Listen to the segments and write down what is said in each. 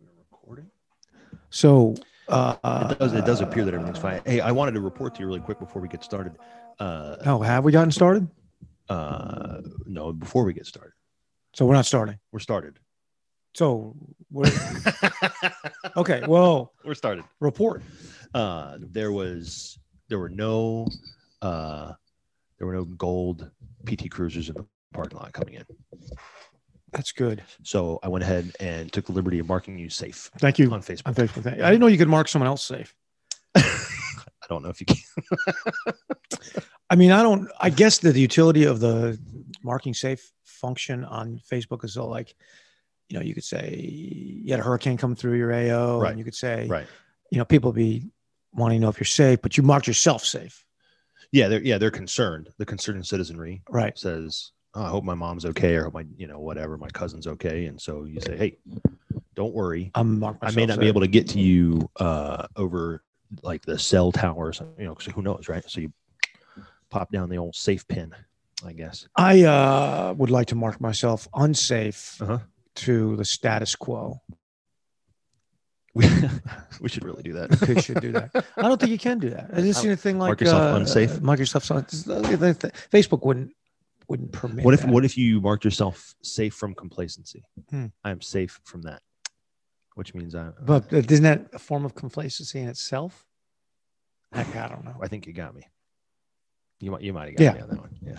We're recording. So uh, It does. It does appear that everything's fine. Hey, I wanted to report to you really quick before we get started. Uh, Oh, have we gotten started? Oh. uh, no, before we get started, So we're not starting. we're started. So we're, okay. Well, we're started. report. Uh, there was there were no uh, there were no gold PT cruisers in the parking lot coming in. That's good. So I went ahead and took the liberty of marking you safe Thank you. on Facebook. I'm thankful. Thank- I didn't know you could mark someone else safe. I don't know if you can. I mean, I don't. I guess that the utility of the marking safe function on Facebook is so like, you know, you could say you had a hurricane come through your AO, Right. and you could say, Right. you know, people be wanting to know if you're safe, but you marked yourself safe, Yeah, they're yeah they're concerned. The concerned citizenry right? says, oh, "I hope my mom's okay, or I hope my you know whatever my cousin's okay," and so you say, "Hey, don't worry. I'm marked I myself. may not be safe. able to get to you uh, over like the cell towers, you know, 'cause who knows, right?" So you pop down the old safe pin, I guess. I uh, would like to mark myself unsafe Uh-huh. to the status quo. We, we should really do You that. should do that. I don't think you can do that. I just seen a thing like Mark yourself uh, unsafe? Mark yourself unsafe. Facebook wouldn't wouldn't permit. what if that. what if you marked yourself safe from complacency? Hmm. I am safe from that, which means I. But uh, isn't that a form of complacency in itself? Heck, I don't know. I think you got me. You might you might have got Yeah. me on that one. Yeah.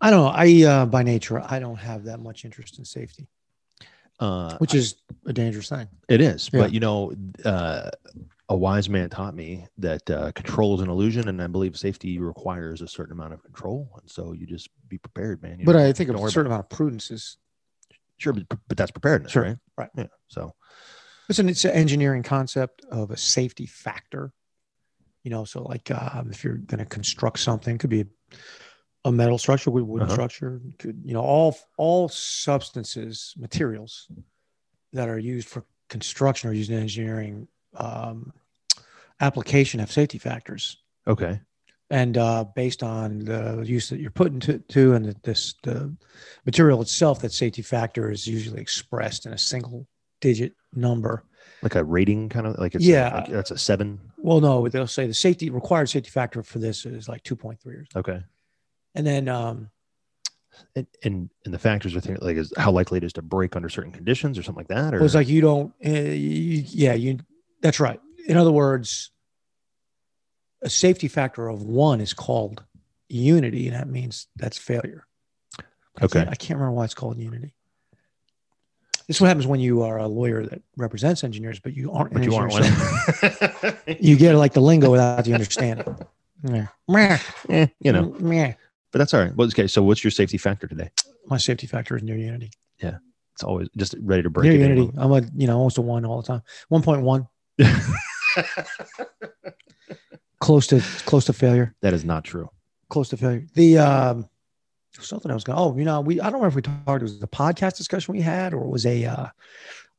I don't know. I uh, by nature I don't have that much interest in safety, Uh, which is a dangerous thing. It is, Yeah. but you know, uh, a wise man taught me that uh, control is an illusion, and I believe safety requires a certain amount of control. And so you just be prepared, man. You but know, I think a don't worry certain amount of prudence is. sure, but, but that's preparedness, Sure, right? right. Yeah. So It's an, it's an engineering concept of a safety factor. You know, so like um, if you're going to construct something, could be a metal structure, wood- wooden Uh-huh. structure, could you know all all substances, materials that are used for construction or used in engineering um, application have safety factors, okay, and uh, based on the use that you're putting to, to and the, this the material itself, that safety factor is usually expressed in a single digit number. like a rating kind of like it's Yeah. a, like, that's a seven. Well, no, they'll say the safety required safety factor for this is like 2.3 or something. Okay, And then, um, and and, and the factors are things like is how likely it is to break under certain conditions or something like that, or it was like, you don't, uh, you, yeah, you, that's right. In other words, a safety factor of one is called unity, and that means that's failure. But I Okay. can't- I can't remember why it's called unity. This is what happens when you are a lawyer that represents engineers, but you aren't. but you aren't engineers, one. so You get like the lingo without the understanding. Yeah. Meh, Eh, you know, meh. but that's all right. Well, okay. So what's your safety factor today? My safety factor is near unity. It's always just ready to break. Near it in. unity. I'm a you know almost a one all the time. One point one, close to close to failure, that is not true. close to failure. The um, something I was going. Oh, you know, we I don't remember if we talked. It was the podcast discussion we had, or it was a uh,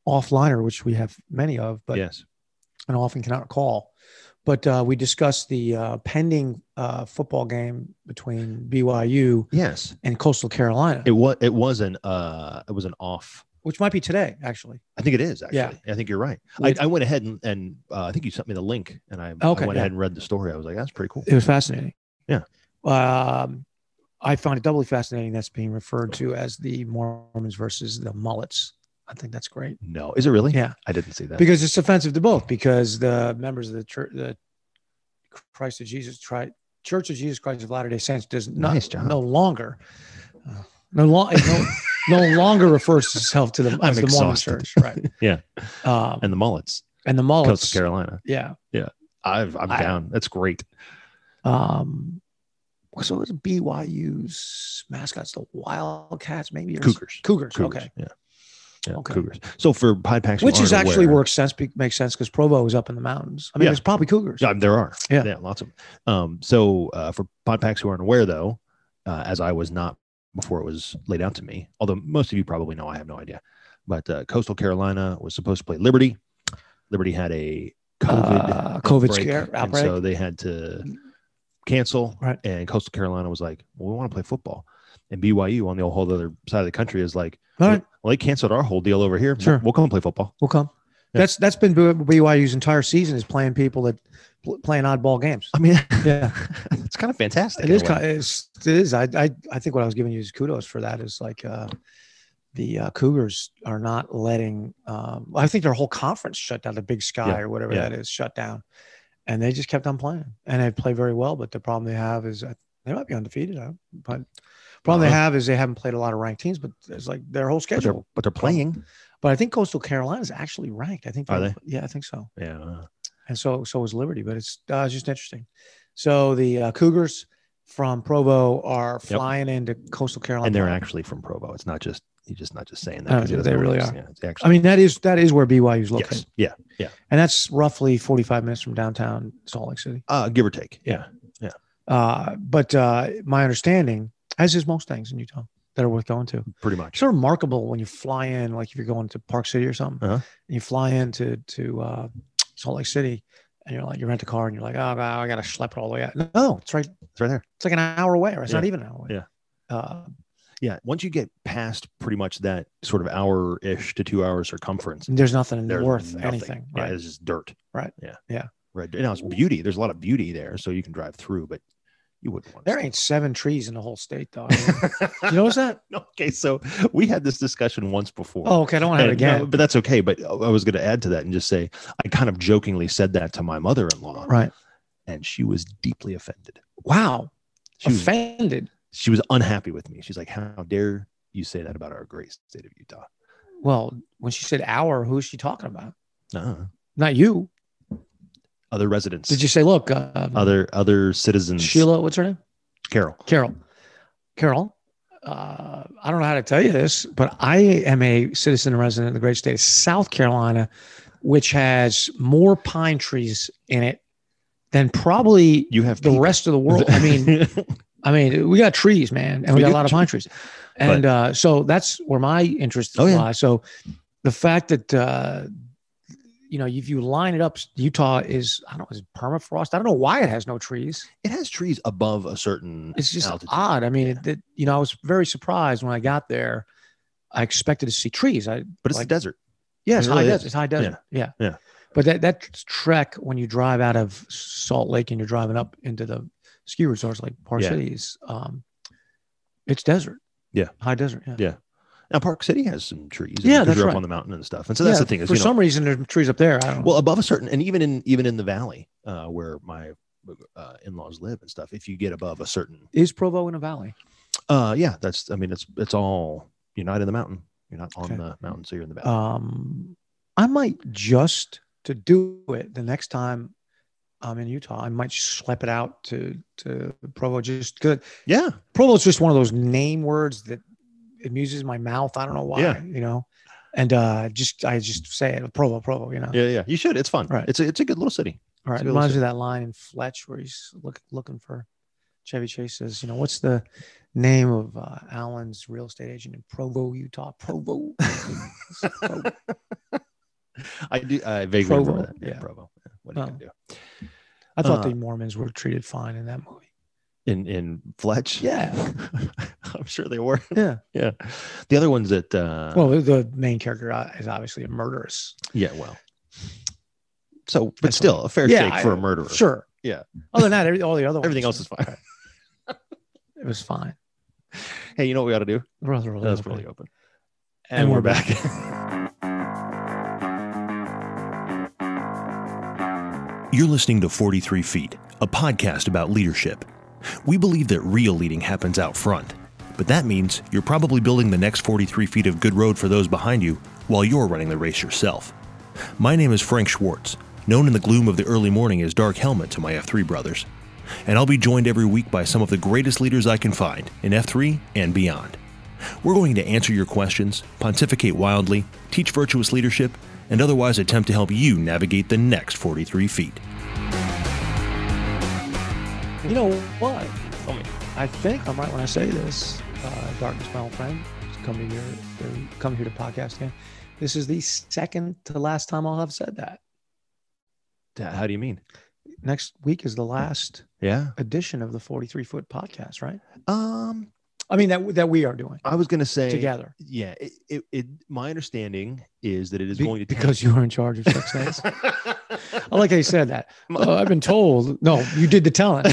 offliner, which we have many of, but yes. and often cannot recall. But uh, we discussed the uh, pending uh, football game between BYU Yes, and Coastal Carolina, it was. It was an. Uh, it was an off. which might be today actually. I think it is actually. Yeah. I think you're right. I, It, I went ahead and, and uh, I think you sent me the link, and I, I Okay, went yeah. ahead and read the story. I was like, that's pretty cool. it was fascinating. Yeah. Um, I found it doubly fascinating. That's being referred to as the Mormons versus the mullets. I think that's great. No, is it really? Yeah. I didn't see that. because it's offensive to both because the members of the church the christ of jesus tri- church of jesus christ of latter-day saints does not Nice job. no longer uh, no, lo- it no, no longer refers itself to the, I'm as the mormon exhausted. church right Yeah. um, and, and the mullets, the Coastal mullets Carolina. yeah I've, I'm I- down. That's great. um so it's byu's mascots the wildcats maybe or Cougars. cougars, Cougars. okay Yeah. Yeah, Okay. Cougars. So for Pied Packs, who which is aren't actually aware- works sense be- makes sense because provo is up in the mountains i mean Yeah. there's probably cougars Yeah, there are. Yeah. lots of 'em. Um, so uh, for pod packs who aren't aware, though, uh, as I was not before it was laid out to me, although most of you probably know, I have no idea. But uh, Coastal Carolina was supposed to play Liberty. Liberty had a COVID, Uh, COVID outbreak, scare and outbreak. so they had to cancel. Right. And Coastal Carolina was like, "Well, we want to play football." And BYU on the whole other side of the country is like, All right, "Well, they canceled our whole deal over here. Sure. We'll, we'll come and play football." we'll come. That's that's been BYU's entire season is playing people that pl- playing oddball games. I mean, Yeah, it's kind of fantastic. it in a is. way. Kind it's, it is. I, I I think what I was giving you is kudos for that. Is like uh, the uh, Cougars are not letting. Um, I think their whole conference shut down. The Big Sky Yeah, or whatever yeah. that is shut down, and they just kept on playing and they play very well. But the problem they have is uh, they might be undefeated. I don't- But problem they Uh-huh. have is they haven't played a lot of ranked teams. But it's like their whole but they're, schedule. but they're playing. But I think Coastal Carolina is actually ranked. I think. Are they? Yeah, I think so Yeah. and so so was Liberty. But it's uh, it's just interesting. So the uh, Cougars from Provo are Yep. flying into Coastal Carolina, And they're actually from Provo. It's not just, you're just not just saying that. No, 'cause it Oh, they doesn't really exist. are. Yeah, it's actually, I mean, that is that is where BYU is located, yes. Yeah. and that's roughly forty five minutes from downtown Salt Lake City. Uh, give or take. Yeah. Uh, but uh, my understanding, as is most things in Utah that are worth going to, Pretty much. it's remarkable when you fly in, like if you're going to Park City or something, Uh-huh. and you fly into to uh, Salt Lake City, and you're like you rent a car, and you're like, oh, I got to schlep it all the way out. No, it's right It's right there. It's like an hour away, or it's Yeah. not even an hour away. Uh, Yeah. Once you get past pretty much that sort of hour ish to two hour circumference, there's nothing there's worth nothing. anything, Yeah, right? It's just dirt. Right. Yeah. Yeah. Right. Now it's beauty. There's a lot of beauty there. So you can drive through, but you wouldn't want there ain't seven trees in the whole state, though. I mean, you notice that? okay. So we had this discussion once before. Oh, okay. I don't want to have it And, no, again. but that's okay. But I was going to add to that and just say I kind of jokingly said that to my mother in law, right. and she was deeply offended. Wow. She was, Offended. she was unhappy with me. She's like, "How dare you say that about our great state of Utah?" Well, when she said hour, who's she talking about? No, Not you. other residents, Uh-huh. Did you say, look, uh, other other citizens. Sheila, what's her name? Carol, Carol. Carol, uh, I don't know how to tell you this, but I am a citizen and resident of the great state of South Carolina, which has more pine trees in it than probably you have the people. rest of the world. I mean, I mean, we got trees, man, and we, We got do. a lot of pine trees, and uh, so that's where my interest Oh, lies. yeah. So the fact that uh, you know, if you line it up, Utah is I don't know, is it permafrost. I don't know why it has no trees. it has trees above a certain. It's just altitude. odd. I mean, it, it- you know, I was very surprised when I got there. I expected to see trees. I but it's like- the desert. yeah, it's It high really desert. is. It's high desert. Yeah. Yeah. But that that trek when you drive out of Salt Lake and you're driving up into the ski resorts like Park Yeah. City is, um, it's desert. Yeah. High desert. Yeah. Yeah. Now Park City has some trees. Yeah, because that's you're right. up on the mountain and stuff. And so that's Yeah, the thing is, for you know, some reason there's trees up there. I don't well above a certain and even in even in the valley uh, where my uh, in-laws live and stuff if you get above a certain know. Is Provo in a valley? uh yeah that's i mean it's it's all you're not in the mountain you're not on Okay. the mountain so you're in the valley Um, I might just to do it the next time I'm in Utah. I might schlep it out to to Provo just good. yeah Provo is just one of those name words that amuses my mouth. I don't know why, Yeah. you know. And uh, just I just say it, Provo, Provo, you know. yeah yeah you should it's fun uh, Right. it's a, it's a good little city All right, It's it a good reminds me of that line in Fletch where he's look, looking for Chevy Chase says, you know, what's the name of uh, Allen's real estate agent in Provo, Utah? Provo. Provo. i do i vaguely Provo, remember that yeah, yeah. provo yeah. what are you Oh. gonna do I thought Uh, the Mormons were treated fine in that movie. in in fletch Yeah. i'm sure they were Yeah. yeah the other ones that uh Well, the- the main character uh, is obviously a murderess. yeah well so but That's still a fair Yeah, shake for I- a murderer Sure. Yeah. Other than that, every, all the other ones, everything else is fine it was fine. hey you know what we ought to do Rather really That's open. really open. And we're back. You're listening to 43 Feet, a podcast about leadership. We believe that real leading happens out front, but that means you're probably building the next 43 feet of good road for those behind you while you're running the race yourself. My name is Frank Schwartz, known in the gloom of the early morning as Dark Helmet to my F3 brothers, and I'll be joined every week by some of the greatest leaders I can find in F3 and beyond. We're going to answer your questions, pontificate wildly, teach virtuous leadership, and otherwise attempt to help you navigate the next 43 feet. You know what? I think I'm right when I say this. Uh, darkness, my old friend, come to your, to come here to podcast again. This is the second to last time I'll have said that. How do you mean? Next week is the last Yeah. edition of the 43 foot podcast, right? Um, I mean that that we are doing I was going to say, together yeah, it, it, it, my understanding is that it is Be- going to take- because you are in charge of sex things. I like how you said that. Uh, I've been told. No, you did the telling.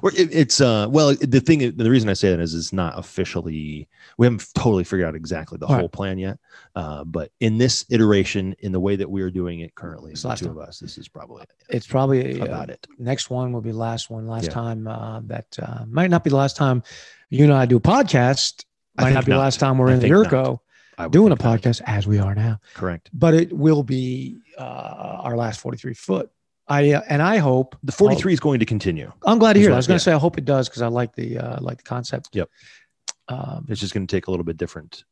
Well, it, it's uh well the thing the reason I say that is it's not officially we haven't totally figured out exactly the All right. whole plan yet uh but in this iteration in the way that we are doing it currently It's the last two time. of us this is probably It's probably uh, about it next one will be last one. Last Yeah. time uh, that uh, might not be the last time you and I do a podcast. I Might think not be the not. last time we're I in the think not. Yurko I would doing a think that is podcast as we are now. correct But it will be uh, our last forty-three foot. I uh, and I hope the 43 is going to continue I'm glad to Is hear. it. I what- was going to say yeah. I hope it does because I like the uh, like the concept. Yep. Um, it's just going to take a little bit different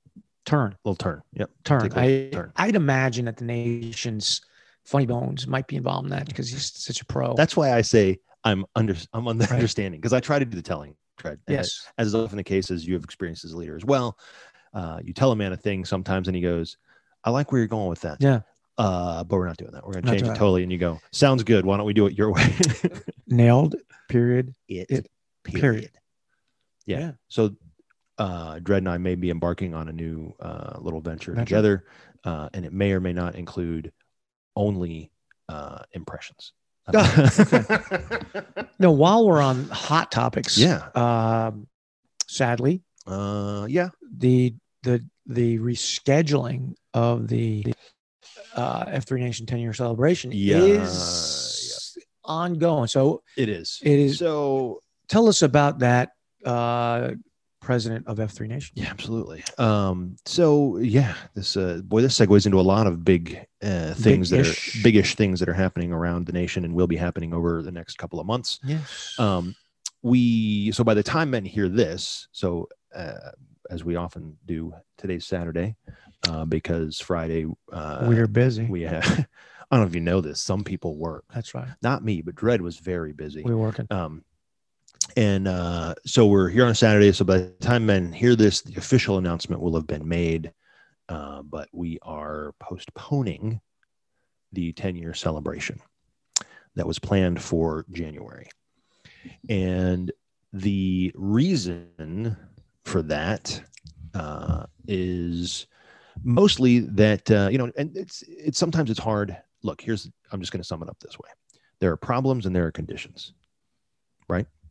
turn. little turn yep turn. Take a I, turn. I'd imagine that the nation's funny bones might be involved in that because he's such a pro. that's why I say I'm under I'm on the Oh. Right. understanding because I try to do the telling tried and I- yes. as is often the case, as you have experienced as a leader as well, uh, you tell a man a thing sometimes and he goes, I like where you're going with that. Yeah. Uh, but we're not doing that. We're going to Not change doing it that. totally. And you go, sounds good. Why don't we do it your way? Nailed. Period. it, It- period. Yeah. Yeah. So, uh, Dred and I may be embarking on a new uh, little venture, Venture. together, uh, and it may or may not include only uh, impressions. Now, while we're on hot topics, yeah. Um, sadly, Uh, yeah. the the the rescheduling of the uh, F3 Nation 10 year celebration Yeah, is ongoing. So It is. it is. So tell us about that, uh, president of F3 Nation. Yeah, absolutely. Um, so yeah, this uh, boy, this segues into a lot of big uh, things that Big-ish. are bigish things that are happening around the nation and will be happening over the next couple of months. Yes. Um, we so by the time men hear this, so uh, as we often do, today's Saturday uh, because Friday uh, we are busy. we have. I don't know if you know this. Some people work, That's right. not me, but Dred was very busy. We're working. Um, and uh, so we're here on Saturday. So by the time men hear this, the official announcement will have been made. Uh, but we are postponing the 10 year celebration that was planned for January. And the reason for that uh, is mostly that, uh, you know, and it's, it's sometimes it's hard. Look, here's, I'm just going to sum it up this way there are problems and there are conditions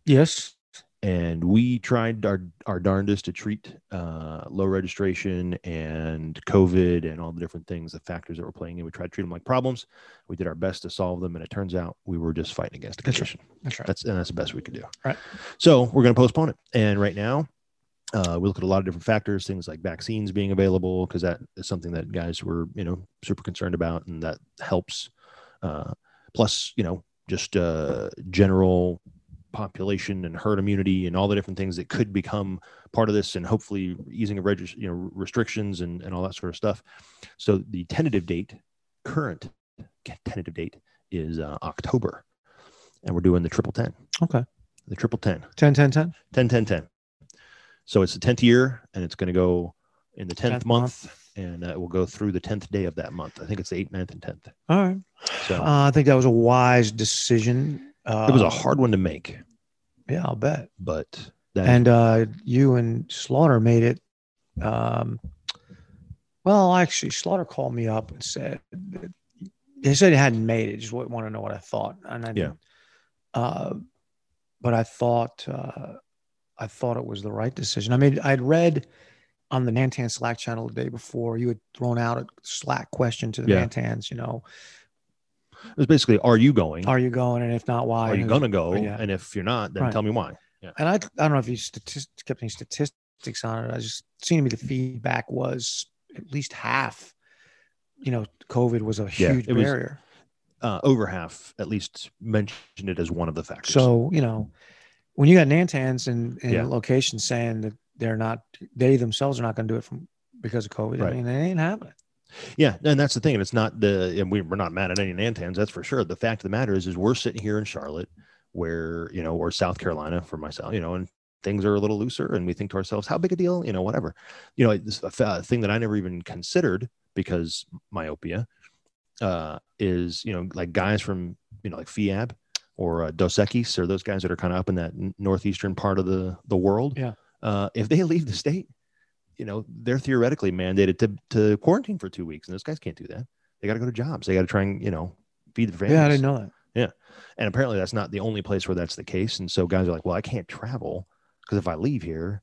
Yes. and we tried our, our darndest to treat uh, low registration and COVID and all the different things, the factors that were playing in. We tried to treat them like problems. We did our best to solve them, and it turns out we were just fighting against a That's right. condition. That's right. That's and that's the best we could do. Right. So we're going to postpone it. And right now, uh, we look at a lot of different factors, things like vaccines being available, because that is something that guys were you know super concerned about, and that helps. Uh, plus, you know, just uh, general population and herd immunity and all the different things that could become part of this and hopefully easing of regis- you know restrictions and, and all that sort of stuff so the tentative date current tentative date is uh, october and we're doing the triple 10 Okay. the triple 10 10, 10, 10. 10 10 10 so it's the 10th year and it's going to go in the 10th, 10th month, and uh, it will go through the 10th day of that month i think it's the 8th 9th and 10th All right. so Uh, I think that was a wise decision. Uh, it was a hard one to make Yeah, I'll bet. but that And uh, you and Slaughter made it. Um, well, actually, Slaughter called me up and said that- they said it hadn't made it. Just want to know what I thought. And I didn't. Uh, but I thought uh, I thought it was the right decision. I mean, I'd read on the Nantan Slack channel the day before you had thrown out a Slack question to the Yeah. Mm-hmm. Nantans. You know, it was basically are you going are you going? And if not, why? are you And- gonna go? yeah. And if you're not, then Right. tell me why. Yeah. and I, I don't know if you statist- kept any statistics on it. I just seemed to me the feedback was at least half. You know, COVID was a Yeah, huge it was- barrier. Uh, over half, at least, mentioned it as one of the factors. so you know, when you got Nantans and, and Yeah. locations saying that they're not, they themselves are not going to do it from because of COVID. I Right. mean, they ain't happening. yeah, and that's the thing. And it's not the and we, we're not mad at any Nantans, that's for sure. The fact of the matter is, is we're sitting here in Charlotte, where you know, or South Carolina for myself, you know, and things are a little looser, and we think to ourselves, how big a deal? You know, whatever. You know, this a fa- thing that I never even considered because myopia uh, is you know like guys from you know like FIAB or uh, Dos Equis or those guys that are kind of up in that n- northeastern part of the the world. Yeah. Uh, if they leave the state, you know they're theoretically mandated to to quarantine for two weeks, and those guys can't do that. They got to go to jobs. They got to try and you know feed their families. Yeah, I didn't know that. And apparently, that's not the only place where that's the case. And so guys are like, well, I can't travel because if I leave here,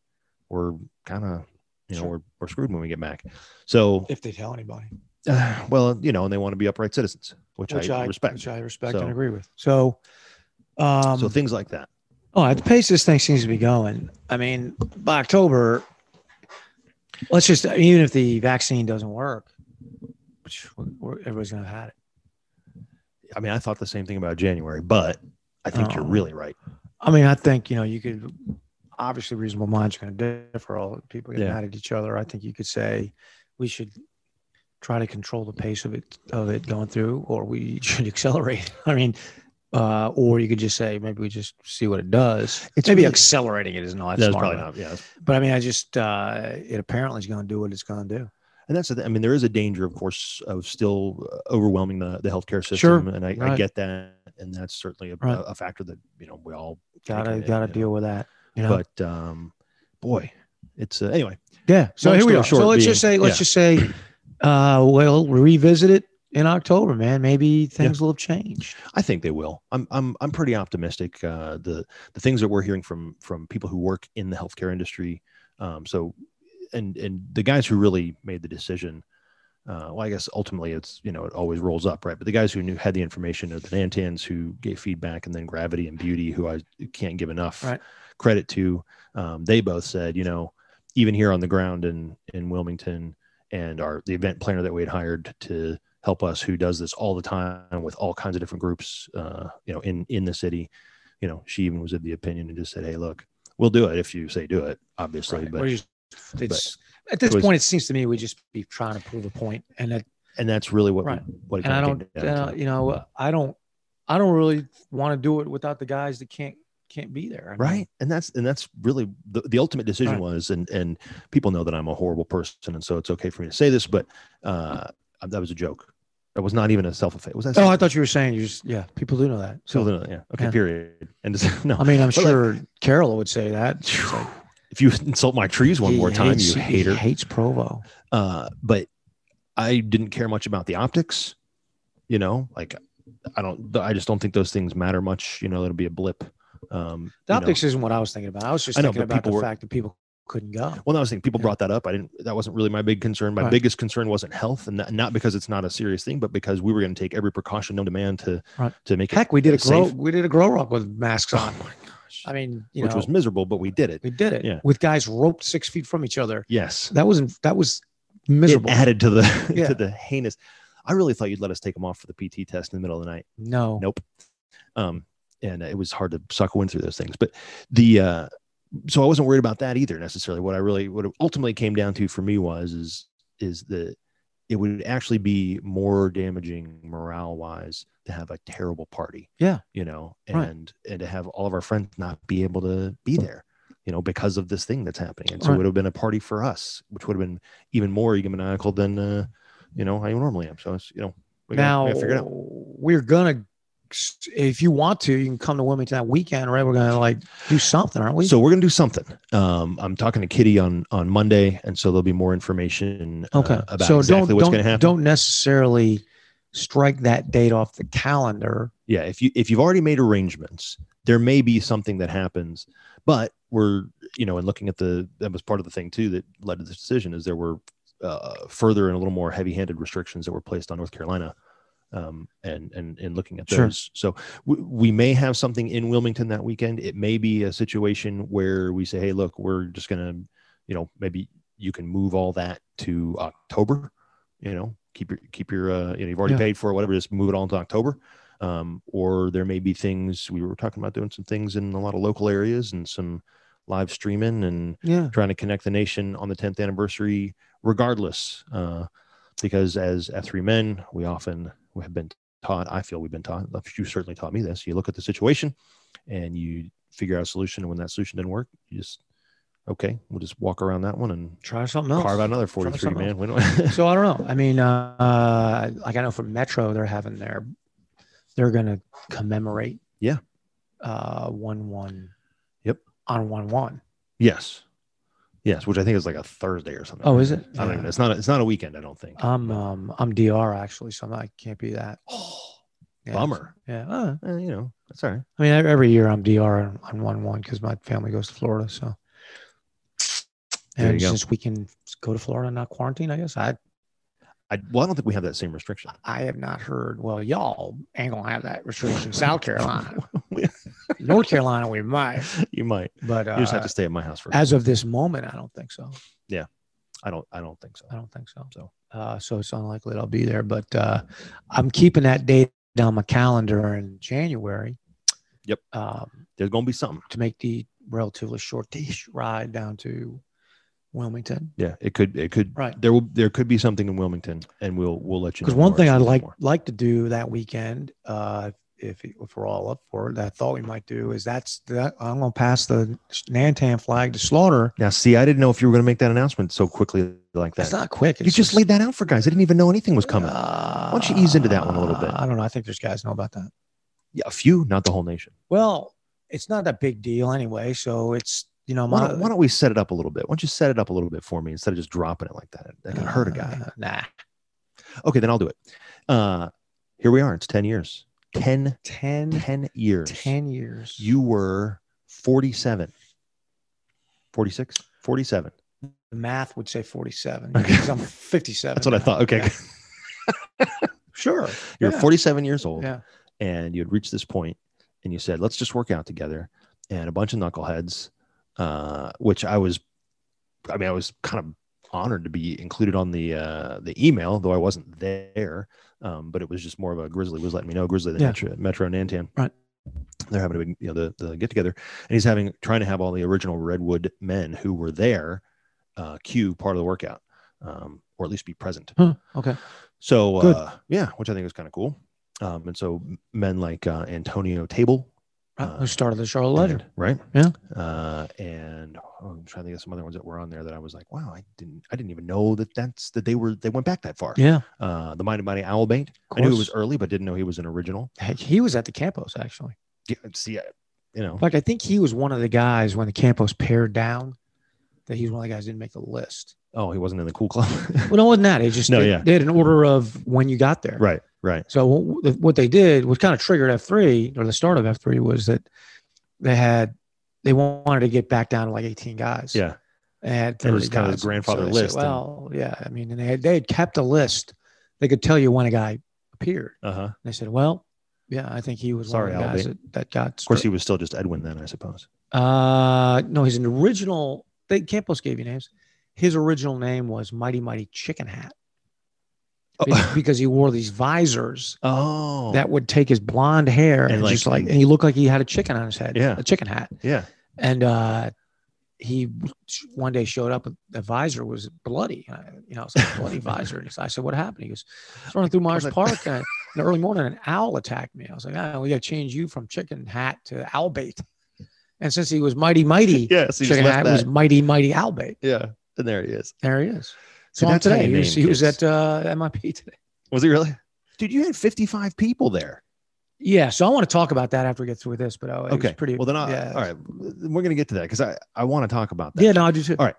we're kind of you know Sure. we're, we're screwed when we get back. So If they tell anybody, uh, well, you know, and they want to be upright citizens, which, which I, I, respect. which I respect So- and agree with. So, um, so things like that. Oh, at the pace this thing seems to be going, I mean, by October, let's just even if the vaccine doesn't work, which we're- we're- everybody's gonna have had it. I mean, I thought the same thing about January, but I think you're Oh. really right. I mean, I think you know you could obviously reasonable minds are going to differ. All people get Yeah. mad at each other. I think you could say we should try to control the pace of it of it going through, or we should accelerate. I mean, uh, or you could just say maybe we just see what it does. It's maybe really- accelerating it is not That's smart probably enough. not. Yeah, But I mean, I just uh, it apparently is going to do what it's going to do. and that's the thing. I mean, there is a danger, of course, of still uh, overwhelming the, the healthcare system, Sure. and I, I Right. get that, and that's certainly a, Right. a factor that you know we all Gotta Okay, gotta yeah. deal with that. You know? But um, boy, it's uh, anyway. Yeah. So Long here we story are. short so let's being- just say, let's yeah. just say, uh, we'll revisit it in October, man. Maybe things will have changed. I think they will. I'm I'm I'm pretty optimistic. Uh, the the things that we're hearing from from people who work in the healthcare industry, um, so and and the guys who really made the decision. Uh, well, I guess ultimately it's you know it always rolls up, right? But the guys who knew had the information are the Nantans who gave feedback, and then Gravity and Beauty, who I can't give enough Right. credit to. Um, they both said, you know, even here on the ground in in Wilmington, and our the event planner that we had hired to help us who does this all the time with all kinds of different groups uh, you know in in the city you know she even was of the opinion and just said hey look we'll do it if you say do it obviously Right. but We're just- it's, at this it was- point, it seems to me we just be trying to prove a point, and that, and that's really what Right. we, what it and I kinda don't, came down uh, to. you know, I don't, I don't really want to do it without the guys that can't can't be there. I mean, right and that's and that's really the, the ultimate decision Right. was and and people know that i'm a horrible person and so it's okay for me to say this but uh that was a joke that was not even a self-effect was that Oh, I thought you were saying you just yeah. People do know that. so, So yeah okay yeah. period and just, no I mean, I'm But, like- sure Carol would say that. She's like, if you insult my trees one he more time hates- you hater He hates Provo. uh, but I didn't care much about the optics. You know, like I don't, I just don't think those things matter much. You know, it'll be a blip. The Um, you know. optics isn't what I was thinking about. I was just I know, thinking but about the people were- fact that people couldn't go. Well, I was thinking people Yeah. brought that up. I didn't. That wasn't really my big concern. My Right. biggest concern wasn't health, and not, not because it's not a serious thing, but because we were going to take every precaution known to man to Right. to make Heck, we did a it grow safe. we did a grow rock with masks it. Oh on. my gosh! I mean, you Which know, was miserable, but we did it. we did it yeah. with guys roped six feet from each other. Yes, That wasn't that was it miserable. added to the Yeah. to the heinous. I really thought you'd let us take them off for the PT test in the middle of the night. no, Nope. um, and it was hard to suckle in through those things. But the uh, so I wasn't worried about that either necessarily. What I really what it ultimately came down to for me was is is that it would actually be more damaging morale wise to have a terrible party. Yeah. you know, and Right. and to have all of our friends not be able to be there. You know, because of this thing that's happening, and so it Right. would have been a party for us, which would have been even more egomaniacal than uh, you know I normally am. So it's you know we gotta, now we gotta figure it out. we're gonna. If you want to, you can come to Wilmington that weekend, right? We're gonna like do something, aren't we? So we're gonna do something. Um, I'm talking to Kitty on on Monday, and so there'll be more information. uh, okay. about so exactly don't what's don't gonna happen. don't necessarily strike that date off the calendar. Yeah, if you if you've already made arrangements, there may be something that happens, but we're you know, and looking at the that was part of the thing too that led to this decision is there were uh, further and a little more heavy-handed restrictions that were placed on North Carolina. Um, and and and looking at Sure. those, so w- we may have something in Wilmington that weekend. It may be a situation where we say, "Hey, look, we're just gonna, you know, maybe you can move all that to October. You know, keep your keep your uh, you know you've already Yeah. paid for it, whatever. Just move it all into October. Um, or there may be things we were talking about doing some things in a lot of local areas and some live streaming and Yeah. trying to connect the nation on the 10th anniversary, regardless. Uh, because as F3 men, we often we have been taught. I feel we've been taught. uh, You certainly taught me this. You look at the situation and you figure out a solution. And when that solution didn't work, you just okay, we'll just walk around that one and Try something else. carve out another Try 43 something man. We don't- so I don't know. I mean, uh, uh, like I know from Metro, they're having their, they're going to commemorate. Yeah. uh, one one. Yep. On one one. Yes. Yes, which I think is like a Thursday or something. Oh, is it? I don't even. Yeah. It's not. A, it's not a weekend. I don't think. I'm um I'm DR actually, so I'm not, I can't be that. oh, Yeah, bummer. Yeah. Uh, Eh, you know, that's all right. I mean, ev- every year I'm DR on- on one one because my family goes to Florida. So, There and you go. since we can go to Florida and not quarantine, I guess I I, well, I don't think we have that same restriction. I have not heard. Well, y'all ain't gonna have that restriction. in South Carolina, North Carolina, we might, you might. but uh, You just have to stay at my house for. as of this moment, I don't think so. I don't. I don't think so. I don't think so. So. uh, so it's unlikely that I'll be there. But uh, I'm keeping that date on my calendar in January. Yep. Um, There's gonna be something. to make the relatively shortish ride down to Wilmington. Yeah, it could. It could. Right. There will. There could be something in Wilmington, and we'll we'll let you. know Because one more thing as I'd soon as like more. like to do that weekend, uh, if if we're all up for it, that I thought we might do is that's that I'm gonna pass the Nantan flag to Slaughter. Now, see, I didn't know if you were gonna make that announcement so quickly like That's that. not quick. you just laid that out for guys. I didn't even know anything was coming. Why don't you ease into that one a little bit? Ah, I don't know. I think there's guys know about that. yeah, a few, not the whole nation. Well, it's not that big deal anyway. So it's you know Why my, don't, why don't we set it up a little bit? Why don't you set it up a little bit for me instead of just dropping it like that? That could hurt a guy. Uh, Nah, Okay, then I'll do it. Uh, here we are. It's 10 years. 10, 10, 10 years. 10 years. You were 47, 46, 47. the math would say forty-seven Okay. because I'm fifty-seven. That's what I now. thought. Okay. Yeah. Sure. You're Yeah. 47 years old Yeah. and you had reached this point and you said, let's just work out together. And a bunch of knuckleheads, uh, which I was, I mean, I was kind of honored to be included on the uh, the email, though I wasn't there. Um, but it was just more of a Grizzly was letting me know Grizzly the Yeah. Metro, Metro Nantan. Right. They're having a big, you know, the, the get together, and he's having trying to have all the original Redwood men who were there, uh, cue part of the workout, um, or at least be present. Huh. Okay. So Good. uh, yeah, which I think was kind of cool. Um, and so men like uh, Antonio Table, Right, Uh, Who started the Charlotte Ledger? and- right? Yeah. Uh, and oh, I'm trying to think of some other ones that were on there that I was like, wow, I didn't, I didn't even know that that's that they were they went back that far. Yeah. Uh, the Mighty Mighty Owlbait. of I knew it was course. early, but didn't know he was an original. Heck, he was at the Campos actually. Yeah, see, I, you know, Like I think he was one of the guys when the Campos pared down that he was one of the guys that didn't make the list. oh, he wasn't in the cool club. Well, no, it wasn't that. It just No, they, yeah. they had an order of when you got there. right, right. So wh- wh- what they did, what kind of triggered F three or the start of F three, was that they had they wanted to get back down to like eighteen guys. Yeah, they had It was 30 kind of the guys. So grandfather they list and- well, yeah, I mean, and they had, they had kept a list. They could tell you when a guy appeared. uh huh. Of And they said, well, yeah, I think he was Sorry, one of the guys Albie. that, that got. Of course, he was still just Edwin then, I suppose. uh, no, he's an original. They Campos gave you names. His original name was Mighty Mighty Chicken Hat be- Oh, because he wore these visors oh that would take his blonde hair And and, like- just like and he looked like he had a chicken on his head, Yeah. a chicken hat. yeah, And uh, he one day showed up, and the visor was bloody. And I, you know, it's like a bloody visor. And I said, "What happened?" He goes, "I was running through Myers Come on. Park and I, in the early morning, an owl attacked me." I was like, "Ah, we got to change you from chicken hat to owl bait." And since he was mighty mighty, yeah. So you just chicken left hat was that. mighty mighty owl bait. Yeah, and there he is. There he is. See, So on that's how today, you he was, name he was kids. at uh, MIP today. Was he really? Dude, you had 55 people there. Yeah, so I want to talk about that after we get through with this, but uh, it was Okay. pretty. well, then, I, yeah, all right, we're gonna get to that because I I want to talk about that. Yeah, no, I do too. All right.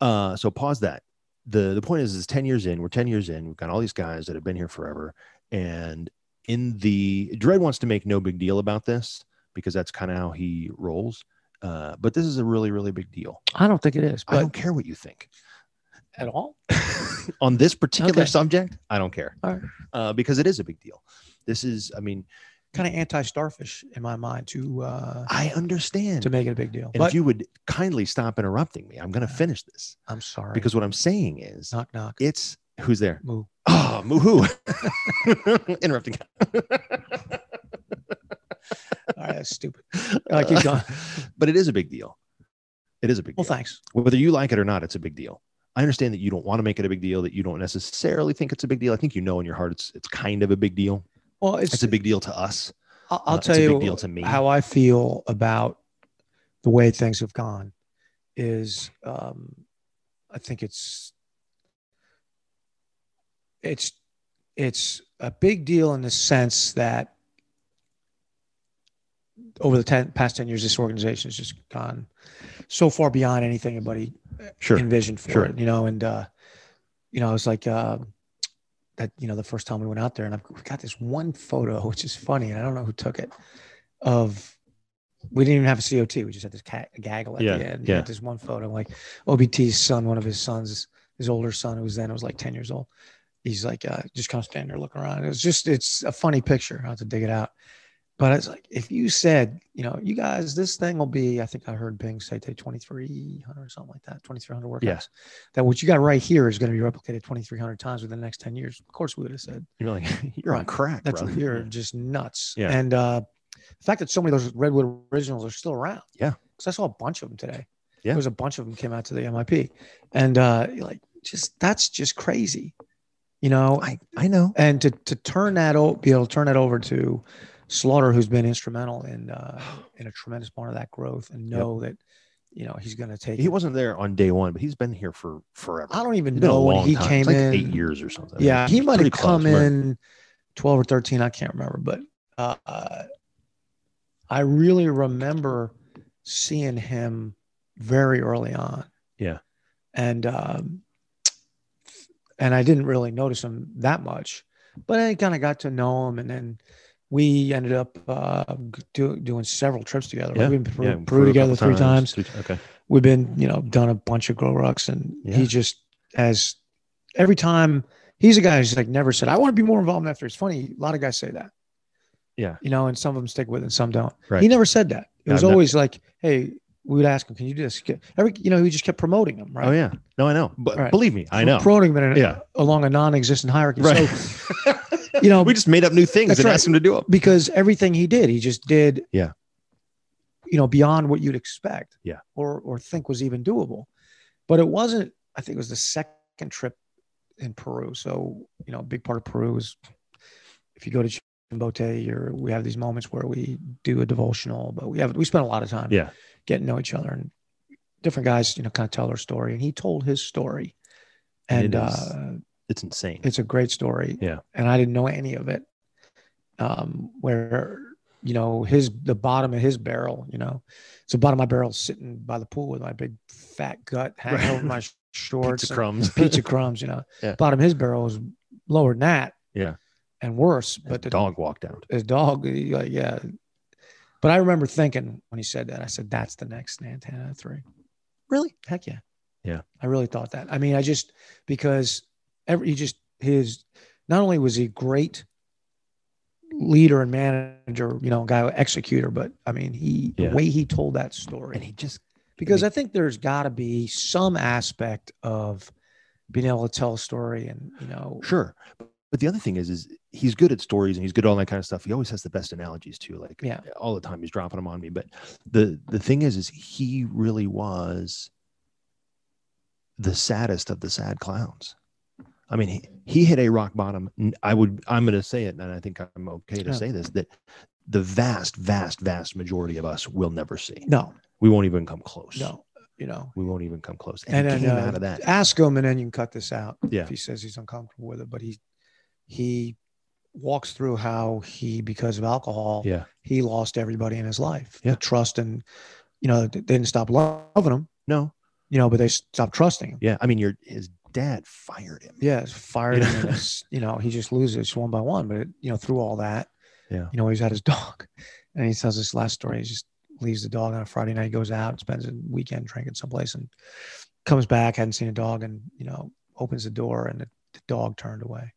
Uh, so pause that. the The point is, is ten years in. We're ten years in. We've got all these guys that have been here forever, and in the Dread wants to make no big deal about this because that's kind of how he rolls. Uh, but this is a really, really big deal. I don't think it is, I but don't care what you think at all. on this particular Okay. subject. I don't care All right. uh, because it is a big deal. This is, I mean, Kind of anti-starfish in my mind to uh, I understand. to make it a big deal. And but if you would kindly stop interrupting me, I'm going to finish this I'm sorry. because what I'm saying is knock knock. it's who's there? Moo. Ah, moo-hoo. interrupting. All right, that's stupid. Uh, keep going. But it is a big deal. It is a big Well, deal. thanks. Whether you like it or not, it's a big deal. I understand that you don't want to make it a big deal, that you don't necessarily think it's a big deal. I think you know in your heart it's it's kind of a big deal. Well, it's, It's a big deal to us. I'll, I'll uh, tell it's a you big deal to me. how I feel about the way things have gone. Is um, I think it's it's it's a big deal in the sense that over the 10, past 10 years, this organization has just gone so far beyond anything anybody Sure. envisioned for Sure. it, you know, and, uh, you know, I was like, uh, that, you know, the first time we went out there and I've got this one photo, which is funny. And I don't know who took it of, we didn't even have a COT. We just had this cat, gaggle at Yeah, the end. yeah. Had this one photo, like OBT's son, one of his sons, his older son, who was then, was like 10 years old. He's like, uh, just kind of standing there looking around. It was just, it's a funny picture. I have to dig it out. But it's like if you said, you know, you guys, this thing will be, I think I heard Bing say take 2300 or something like that, 2300 workouts. Yeah. That what you got right here is going to be replicated 2300 times within the next 10 years. Of course, we would have said You're like, you're on crack, that's brother. you're just nuts. Yeah. And uh, the fact that so many of those Redwood originals are still around. Yeah. Because I saw a bunch of them today. Yeah. There was a bunch of them came out to the MIP. And uh, you're like, just that's just crazy. You know, I, I know. and to to turn that o- be able to turn that over to Slaughter, who's been instrumental in uh, in a tremendous part of that growth, and Yep. know that you know he's going to take. He it. wasn't there on day one, but he's been here for forever. I don't even It's been a know when long he time. came It's like in. eight years or something. Yeah, he It's might have pretty close, come but- in twelve or thirteen. I can't remember, but uh, uh, I really remember seeing him very early on. Yeah. and um, and I didn't really notice him that much, but I kind of got to know him, and then we ended up uh, do, doing several trips together. Yeah, We've been to Peru, Yeah, Peru Peru a together couple three times. Three- Okay. We've been, you know, done a bunch of grow rucks, and Yeah. he just has every time. He's a guy who's like never said, "I want to be more involved." After it's funny, a lot of guys say that. Yeah. you know, and some of them stick with it, and some don't. Right. He never said that. It No, was I've ne- always like, "Hey." We would ask him, "Can you do this?" Every, you know, he just kept promoting him, right? Oh yeah. No, I know. But Right. believe me, I know. Promoting him in a, yeah. along a non-existent hierarchy. Right. So you know- we just made up new things That's and right. asked him to do them. because everything he did, he just did. Yeah. You know, beyond what you'd expect. Yeah. Or or think was even doable, but it wasn't. I think it was the second trip in Peru. So you know, a big part of Peru is if you go to Chimbote, you're we have these moments where we do a devotional, but we have we spend a lot of time. Yeah. Getting to know each other and different guys, you know, kind of tell their story, and he told his story, And and it is- uh, It's insane. it's a great story. Yeah. And I didn't know any of it. Um, where, you know, his, the bottom of his barrel, you know, so bottom of my barrel sitting by the pool with my big fat gut hanging Right. over my sh- shorts, pizza pizza, crumbs. pizza crumbs, you know, Yeah. bottom of his barrel was lower than that. Yeah. And worse, but but the the dog walked out. his dog, he, like, yeah. But I remember thinking when he said that, I said, that's the next Santana three. Really? Heck yeah. Yeah. I really thought that. I mean, I just, because every, he just, his, not only was he a great leader and manager, you know, guy, executor, but I mean, he, Yeah. the way he told that story And he just because I I think there's got to be some aspect of being able to tell a story and, you know, sure. But the other thing is, is he's good at stories and he's good at all that kind of stuff. He always has the best analogies too. Like eh, Yeah. all the time he's dropping them on me. But the the thing is, is he really was the saddest of the sad clowns. I mean, he, he hit a rock bottom. N- I would I'm going to say it, and I think I'm okay to Yeah. say this that the vast, vast, vast majority of us will never see. no, We won't even come close. no, you know, we won't even come close. And, and he then came uh, out of that. ask him and then you can cut this out Yeah. if he says he's uncomfortable with it but he he walks through how he because of alcohol Yeah. he lost everybody in his life Yeah. the trust and you know they didn't stop loving him No. you know but they stopped trusting him Yeah. I mean, your his dad fired him. yeah, it's fired. You know? You know, you know he just loses one by one. But you know, through all that, Yeah. you know, he's had his dog, and he tells this last story. He just leaves the dog on a Friday night, goes out, spends a weekend drinking someplace, and comes back, hadn't seen a dog, and you know, opens the door, and the, the dog turned away.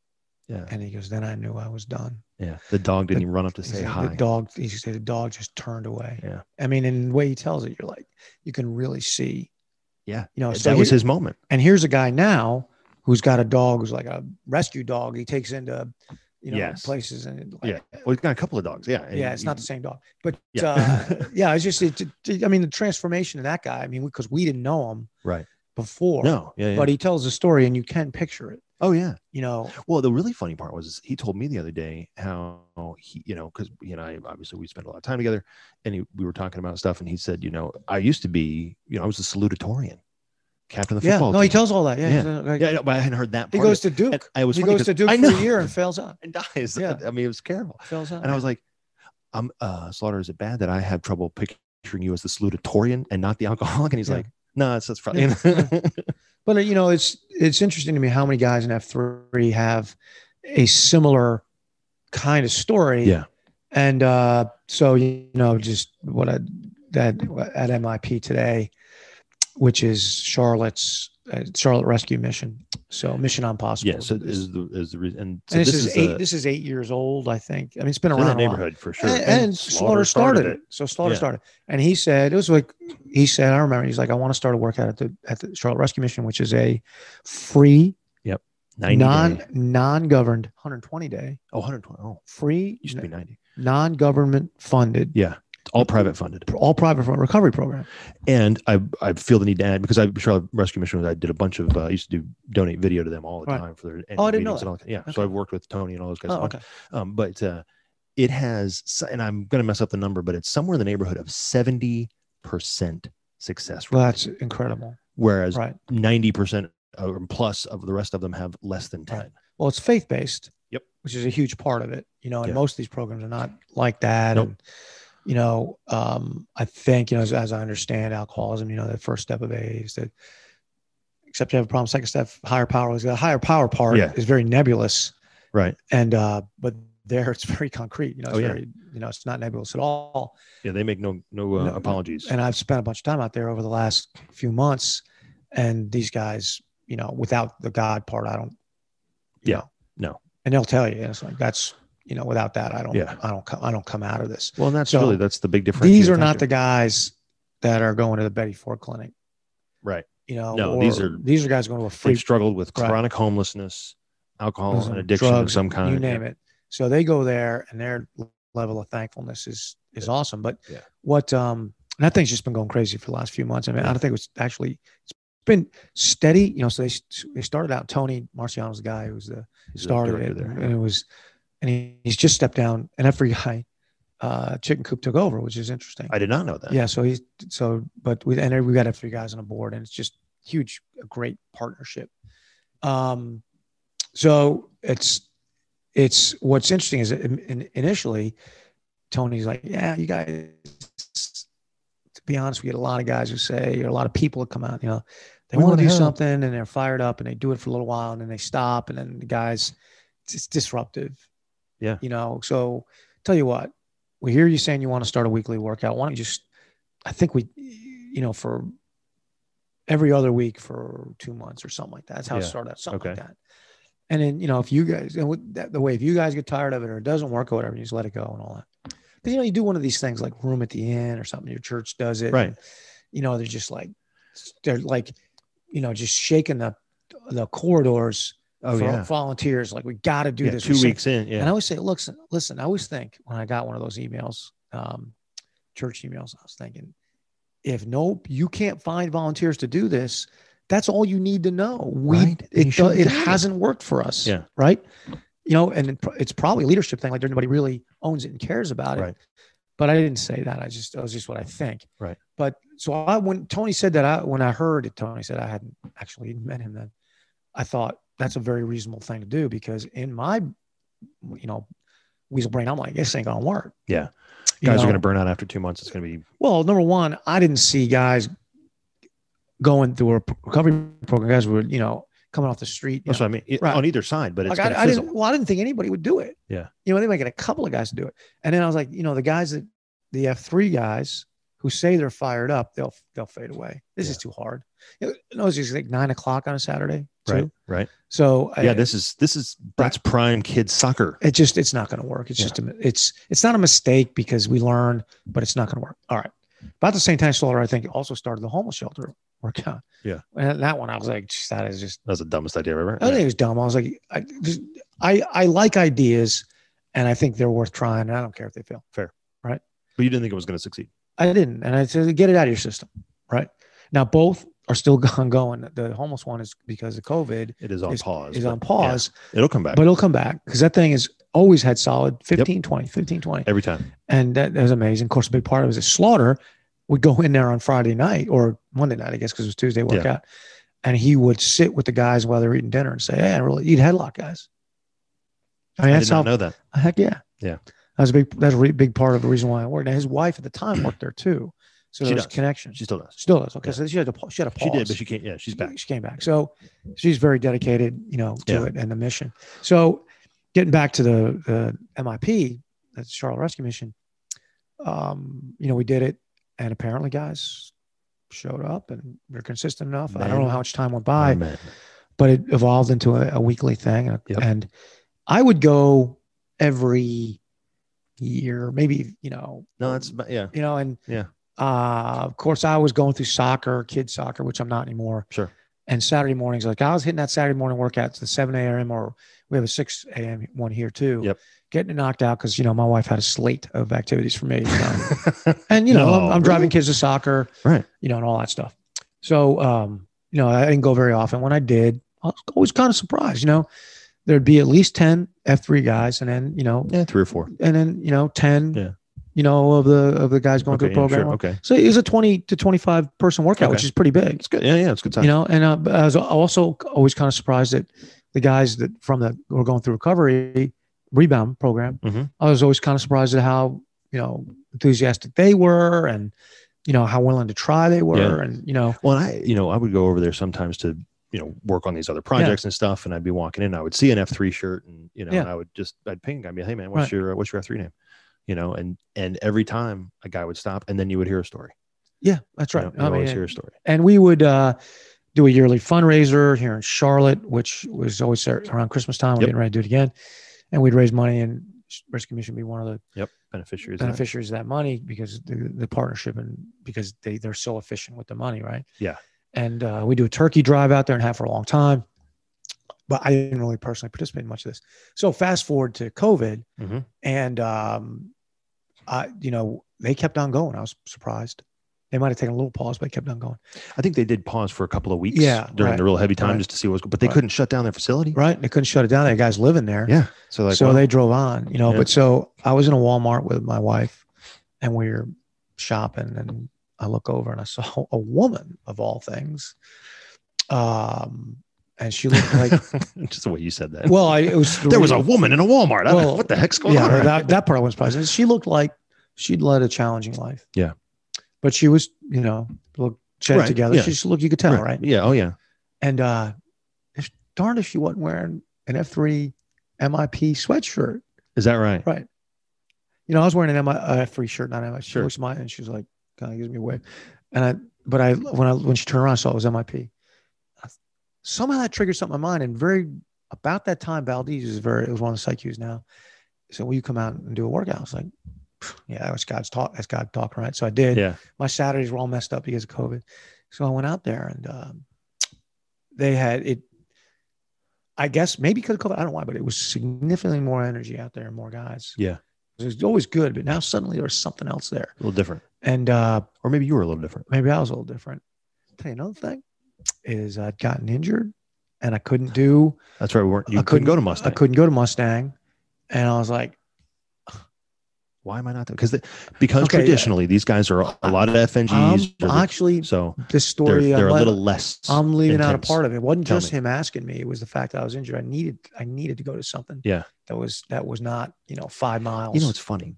Yeah. And he goes, then I knew I was done. Yeah. The dog didn't even run up to He say said, hi. The dog, he said, the dog just turned away. Yeah. I mean, and the way he tells it, you're like, you can really see. Yeah. You know, that so was he- his moment. and here's a guy now who's got a dog who's like a rescue dog. He takes into you know Yes. places and Yeah. like, Well, he's got a couple of dogs. Yeah. and yeah, it's he- not the same dog, but Yeah. yeah, uh, yeah it's just it, it- I mean the transformation of that guy. I mean because we didn't know him Right. before, No. Yeah. yeah. but he tells a story and you can picture it. oh, yeah. You know, Well, the really funny part was he told me the other day how he, you know, because he and I obviously we spent a lot of time together, and he, we were talking about stuff, and he said, you know, I used to be, you know, I was a salutatorian, captain of the yeah, football. no, he team. tells all that. Yeah, Yeah. he's, uh, like- Yeah, I know, but I hadn't heard that. he part of goes it. to And Duke. I was He funny goes to because- I Duke for know. a year and fails out. and dies. Yeah. I mean, it was terrible. Fails out. And I was like, I'm uh, Slaughter, is it bad that I have trouble picturing you as the salutatorian and not the alcoholic? And he's Yeah. like, no, it's that's probably Yeah. But uh, you know, it's it's interesting to me how many guys in F three have a similar kind of story. Yeah. And uh, so you know, just what I that at MIP today, which is Charlotte's uh, Charlotte Rescue Mission. So Mission Impossible. yeah. So is the is the reason? And, so and this, is, eight. the- this is eight years old, I think. I mean, it's been it's in around that a while. neighborhood for sure. And, and Slaughter, started, it. So Slaughter Yeah. started, and he said it was like he said. I remember he's like, I want to start a workout at the at the Charlotte Rescue Mission, which is a free, 90 non day. non governed 120 day oh 120 oh free used to be 90 non government funded yeah it's all private funded all private fund recovery program. and i i feel the need to add because i charlotte rescue mission i did a bunch of uh, i used to do donate video to them all the Right. time for their Oh, annual I didn't know meetings and all that. yeah Okay. so i've worked with tony and all those guys Oh, okay. um but uh it has so- and i'm gonna mess up the number but it's somewhere in the neighborhood of 70 percent success rate Well, that's incredible. whereas Right. 90 percent or plus of the rest of them have less than 10 Right. Well, it's faith based. Yep. Which is a huge part of it, you know. And Yeah. most of these programs are not like that. Nope. And you know, um, I think you know, as, as I understand alcoholism, you know, the first step of AA is that, except you have a problem. Second step, higher power. is The higher power part Yeah. is very nebulous, right and uh, but there it's very concrete. You know, it's Oh, yeah. very, you know, it's not nebulous at all. yeah they make no no, uh, No, apologies And I've spent a bunch of time out there over the last few months, and these guys, you know, without the God part, I don't. you Yeah. know. No. And they'll tell you, and it's like that's you know, without that, I don't. Yeah. I don't. co- I don't come out of this. well and that's so really that's the big difference These are not the guys that are going to the Betty Ford clinic. right You know, No, or these are- these are guys going to a they've free struggled with Right. chronic homelessness, alcohol Listen, and addiction of drugs, some kind. You name it. So they go there, and their level of thankfulness is is awesome. But Yeah. what um, and that thing's just been going crazy for the last few months. I mean, I don't think it was actually it's been steady. You know, so they they started out. Tony Marciano's the guy who's the He's the started director it, there. and it was, and he, he's just stepped down, and every guy, uh, Chicken Coop took over, which is interesting. I did not know that. Yeah, so he's so, but we and we got three guys on the board, and it's just huge, a great partnership. Um, so it's it's what's interesting is that in, in- initially, Tony's like, yeah, you guys. To be honest, we get a lot of guys who say, or a lot of people that come out, you know, they We want wanna to do help. something and they're fired up and they do it for a little while and then they stop and then the guys, it's- it's disruptive. Yeah. You know, so tell you what, we hear you saying you want to start a weekly workout. Why don't you just, I think we, you know, for every other week for two months or something like that. That's how Yeah. it started out, something Okay. like that. And then, you know, if you guys, and with that, the way, if you guys get tired of it or it doesn't work or whatever, you just let it go and all that. But, you know, you do one of these things like room at the inn or something, your church does it. Right. and, you know, they're just like, they're like, you know, just shaking the, the corridors Oh for yeah. volunteers. Like, we got to do Yeah, this. We two sent- weeks in. and I Yeah. always say, look, listen, listen, I always think when I got one of those emails, um, church emails, I was thinking, if no, you can't find volunteers to do this, that's all you need to know. We, Right. And you it, do- shouldn't it do it. hasn't worked for us. Yeah. Right. You know, and it pro- it's probably a leadership thing. Like nobody really owns it and cares about it. Right. But I didn't say that. I just, that was just what I think. Right. But so I, when Tony said that, I, when I heard it, Tony said I hadn't actually met him then. I thought that's a very reasonable thing to do because in my, you know, weasel brain, I'm like, this ain't gonna work. Yeah. You Guys are know? going to burn out after two months. It's going to be Well, number one, I didn't see guys going through a p- recovery program. Guys were, you know, coming off the street. you that's know. what I mean It- Right. on either side, but Like, it's going I, to I fizzle. didn't. Well, I didn't think anybody would do it. Yeah. You know, they might get a couple of guys to do it, and then I was like, you know, the guys that the F three guys who say they're fired up, they'll they'll fade away. This is too hard. You know, it's just like nine o'clock on a Saturday. right. too. Right. So I- yeah. This is this is that's prime kids soccer. it just it's not going to work. It's Yeah. just a, it's it's not a mistake because we learn, but it's not going to work. All right. About the same time, Slaughter I think also started the homeless shelter workout. Yeah. and that one I was like, "Geez, that is just That's the dumbest idea I've ever. I think it was dumb. I was like, I just, I I like ideas, and I think they're worth trying. And I don't care if they fail. But you didn't think it was going to succeed. I didn't, and I said, get it out of your system, right? Now both are still ongoing. The homeless one is because of COVID It is on pause. is but on pause, yeah, it'll come back but it'll come back because that thing has always had solid 15, 20, 15, 20. every time. and that, that was amazing. Of course, a big part of it was a slaughter. Would go in there on Friday night or Monday night, I guess, because it was Tuesday workout, and he would sit with the guys while they're eating dinner and say, "Hey, I really eat headlock, guys." I mean, I that's did not how. know that. Heck yeah. Yeah. That's a big. That's a re- big part of the reason why I worked. Now his wife at the time worked there too, so She there was does. connection. She still does. Still does. Okay, Yeah. so she had to. pa- She had to pause. She did, but she can't. Yeah, she's back. She came back. So she's very dedicated, you know, to Yeah. it and the mission. So getting back to the uh, MIP, that's Charlotte Rescue Mission. Um, you know, we did it, and apparently, guys showed up, and we are consistent enough. I don't know Man. how much time went by Amen. but it evolved into a, a weekly thing. And- Yep. And I would go every year, maybe, you know, No, that's about- yeah. you know, and Yeah. uh, of course I was going through soccer, kids soccer, which I'm not anymore. Sure. And Saturday mornings, like I was hitting that Saturday morning workout to the 7 a.m. or we have a 6 a.m. one here too. Yep. Getting it knocked out because, you know, my wife had a slate of activities for me. so- and you know, No, I'm, I'm really? driving kids to soccer, Right. You know, and all that stuff. So, um, you know, I didn't go very often. When I did, I was always kind of surprised. You know, there'd be at least ten F three guys, and then you know, yeah, three or four. and then you know, ten, Yeah. you know, of the of the guys going Okay, through yeah, the program. sure. Okay, So it was a twenty to twenty five person workout, Okay. which is pretty big. it's good. Yeah, yeah, it's a good time. You know, and uh, but I was also always kind of surprised that the guys that from the who were going through recovery rebound program, Mhm. I was always kind of surprised at how you know enthusiastic they were, and you know how willing to try they were, Yeah. and you know, Well, and I, you know, I would go over there sometimes to, you know, work on these other projects and stuff. And I'd be walking in, I would see an F3 shirt and, you know, Yeah. and I would just, I'd ping a guy, and be, Hey man, Right. what's your, what's your F3 name? You know, and, and every time a guy would stop and then you would hear a story. yeah, that's You right. know, you'd I always mean, hear a story. and we would uh, do a yearly fundraiser here in Charlotte, which was always there around Christmas time. We're Yep. getting ready to do it again, and we'd raise money, and Rescue Commission would be one of the Yep. Beneficiaries. of that. beneficiaries of that money because the, the partnership and because they they're so efficient with the money, right? Yeah. And uh, we do a turkey drive out there and have for a long time, but I didn't really personally participate in much of this. So fast forward to COVID, Mhm. and um, I you know they kept on going. I was surprised. They might have taken a little pause, but they kept on going. I think they did pause for a couple of weeks Yeah, during right, the real heavy time right. just to see what was, but they Right. couldn't shut down their facility. Right? And they couldn't shut it down. They had guys living there. Yeah. So like, so well, they drove on, you know. Yeah. But so I was in a Walmart with my wife, and we were shopping, and I look over and I saw a woman of all things, um, and she looked like just the way you said that. well, I it was there was a woman in a Walmart. I don't know Well, what the heck's going yeah on? right that, that part I was surprised. And She looked like she'd led a challenging life. Yeah. but she was you know looked shed Right, together. yeah. She just looked you could now? tell right. Yeah. Oh yeah. And uh, it's darned if she wasn't wearing an F three MIP sweatshirt. Is that right? Right. you know, I was wearing an MI, a free shirt, not MI. She Sure. looks at mine and she's like, kind of gives me a wave. And I, but I, when I, when she turned around, I saw it was MIP. I- Somehow that triggered something in my mind. And very, about that time, Valdez is very, it was one of the psychs now. So will you come out and do a workout? I was like, yeah, that was God's talk. That's God talking, right? So I did. Yeah. My Saturdays were all messed up because of COVID. So I went out there and um, they had it. I guess maybe because of COVID, I don't know why, but it was significantly more energy out there and more guys. Yeah. It was always good, but now suddenly there's something else there. A little different. And uh, Or maybe you were a little different. maybe I was a little different. tell you another thing is I'd gotten injured and I couldn't do That's right. We weren't, you I couldn't, couldn't- go to Mustang. I couldn't go to Mustang. And I was like, Why am I not? Because because Okay, yeah. traditionally these guys are a lot of I'm FNGs. are the- um, actually so this they're, story they're I'm, a le- little less. I'm leaving out a intense. part of it. It wasn't Tell just me. him asking me, it was the fact that I was injured. I needed I needed to go to something Yeah. that was that was not, you know, five miles. you know, it's funny.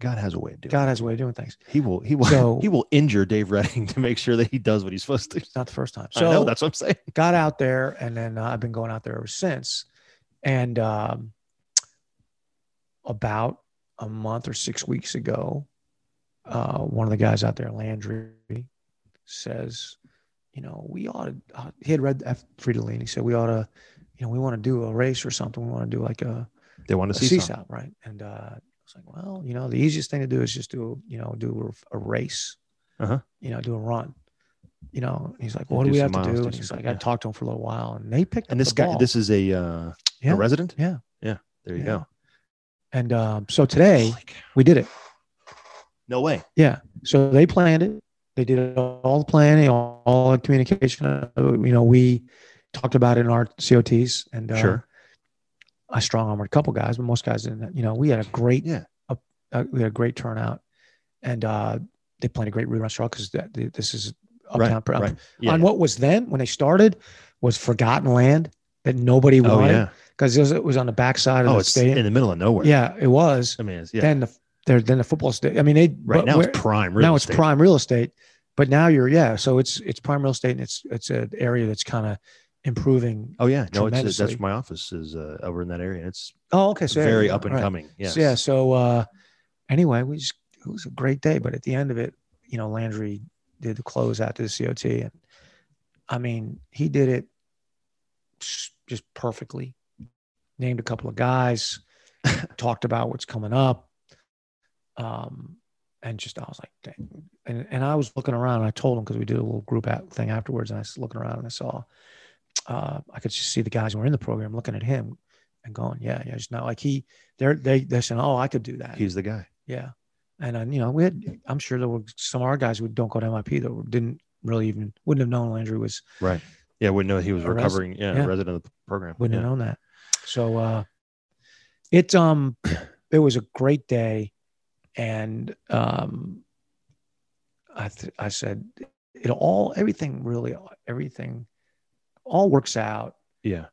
God has a way of doing. it. God has a way of doing things. He will. He will. So- he will injure Dave Redding to make sure that he does what he's supposed to. It's not the first time. I know that's what I'm saying. got out there and then uh, I've been going out there ever since. And um, about a month or six weeks ago, uh, one of the guys out there, Landry, says, you know, we ought to, uh, he had read F. Frida Lean. He said, we ought to, you know, we want to do a race or something. We want to do like a, They want a to see sea something. stop, right? And uh, I was like, well, you know, the easiest thing to do is just do, you know, do a a race, Uh-huh. you know, do a run. You know, and he's like, Yeah, what do, do we some have to miles, do? do And he's some- like, I yeah. talked to him for a little while, and they picked. up And this the guy, ball. this is a uh, Yeah. a resident. Yeah. Yeah. There you Yeah. go. and um, so today Holy cow. we did it. no way. Yeah. So they planned it. They did all the planning, all, all the communication. Uh, you know, we talked about it in our COTs, and uh, Sure. I strong armed a couple guys, but most guys didn't. You know, we had a great, Yeah. a, a, we had a great turnout, and uh, they played a great rerun straw because this is Right. uptown. Right. Yeah. on yeah. what was then when they started was forgotten land that nobody Oh wanted yeah. because it, was- it was on the backside of Oh, the it's stadium. in the middle of nowhere. yeah, it was. I mean, it's, yeah. Then the there then the football state. I mean, they right but now where- it's prime. Real now it's estate. prime real estate, but now you're yeah. So it's it's prime real estate and it's it's an area that's kind of improving. Oh yeah, no, it's that's tremendously. where my office is uh, over in that area. and It's Oh, okay, so yeah, very yeah, up and right. coming. Yes. So, yeah. So uh, anyway, we just, it was a great day, but at the end of it, you know, Landry did the close out to the COT, and I mean, he did it s- just perfectly. Named a couple of guys, talked about what's coming up, um, and just I was like, dang. and and I was looking around. And I told him because we did a little group out thing afterwards, and I was looking around and I saw, uh, I could just see the guys who were in the program looking at him and going, yeah, yeah, just not like he they're they they're saying, oh, I could do that. He's the guy. yeah, and uh, you know, we had I'm sure there were some of our guys who don't go to MIP that didn't really even wouldn't have known Landry was Yeah, wouldn't know he was A res- recovering. yeah, yeah. resident of the program. wouldn't yeah. have known that. So uh, it um it was a great day, and um I th- I said it all everything really everything all works out. Yeah.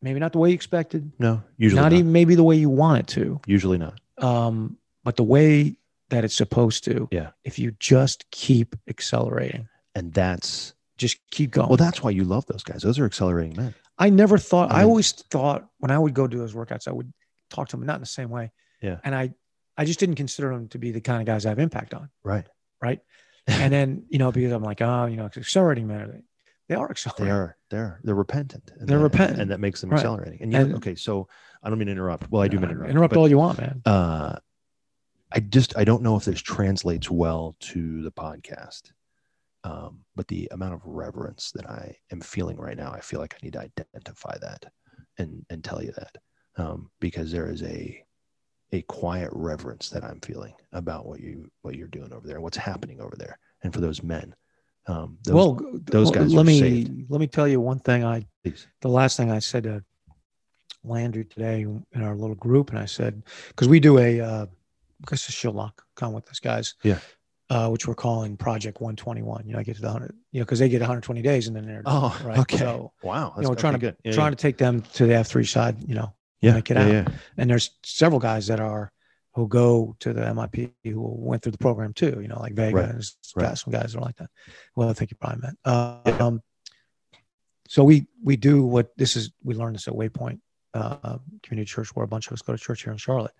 Maybe not the way you expected, No, usually not not. even maybe the way you want it to. usually not. um, but the way that it's supposed to. Yeah. If you just keep accelerating, And that's just keep going. well, that's why you love those guys. Those are accelerating men. I never thought. I, I mean- always thought when I would go do those workouts, I would talk to them, not in the same way. Yeah. And I, I just didn't consider them to be the kind of guys I have impact on. Right. Right. and then you know because I'm like, oh, you know, it's accelerating man. They are They accelerating. are. They're they're repentant. And They're that- repentant. and that makes them Right. accelerating. And, you And- okay, so I don't mean to interrupt. Well, I do mean to interrupt. Uh, Interrupt but, all you want, man. uh, I just I don't know if this translates well to the podcast, um, but the amount of reverence that I am feeling right now, I feel like I need to identify that and and tell you that um, because there is a a quiet reverence that I'm feeling about what you what you're doing over there, what's happening over there, and for those men, um, those, well, g- those well, guys Let are me saved. let me tell you one thing. I please. the last thing I said to Landry today in our little group, and I said because we do a uh, because it's Shillock come with us guys, Yeah. uh, which we're calling Project One Twenty One. You know, I get to the hundred, you know, because they get one hundred twenty days, and then they're Oh, right. okay. So wow, you know, we're okay, trying to good. Yeah, trying to take them to the F three side. You know, yeah. make it yeah, out. yeah. and there's several guys that are who go to the MIP who went through the program too. You know, like Vega Right. and s- Right. guys, some guys are like that. Well, I think you probably meant. Uh, um, so we we do what this is. We learned this at Waypoint uh, Community Church, where a bunch of us go to church here in Charlotte.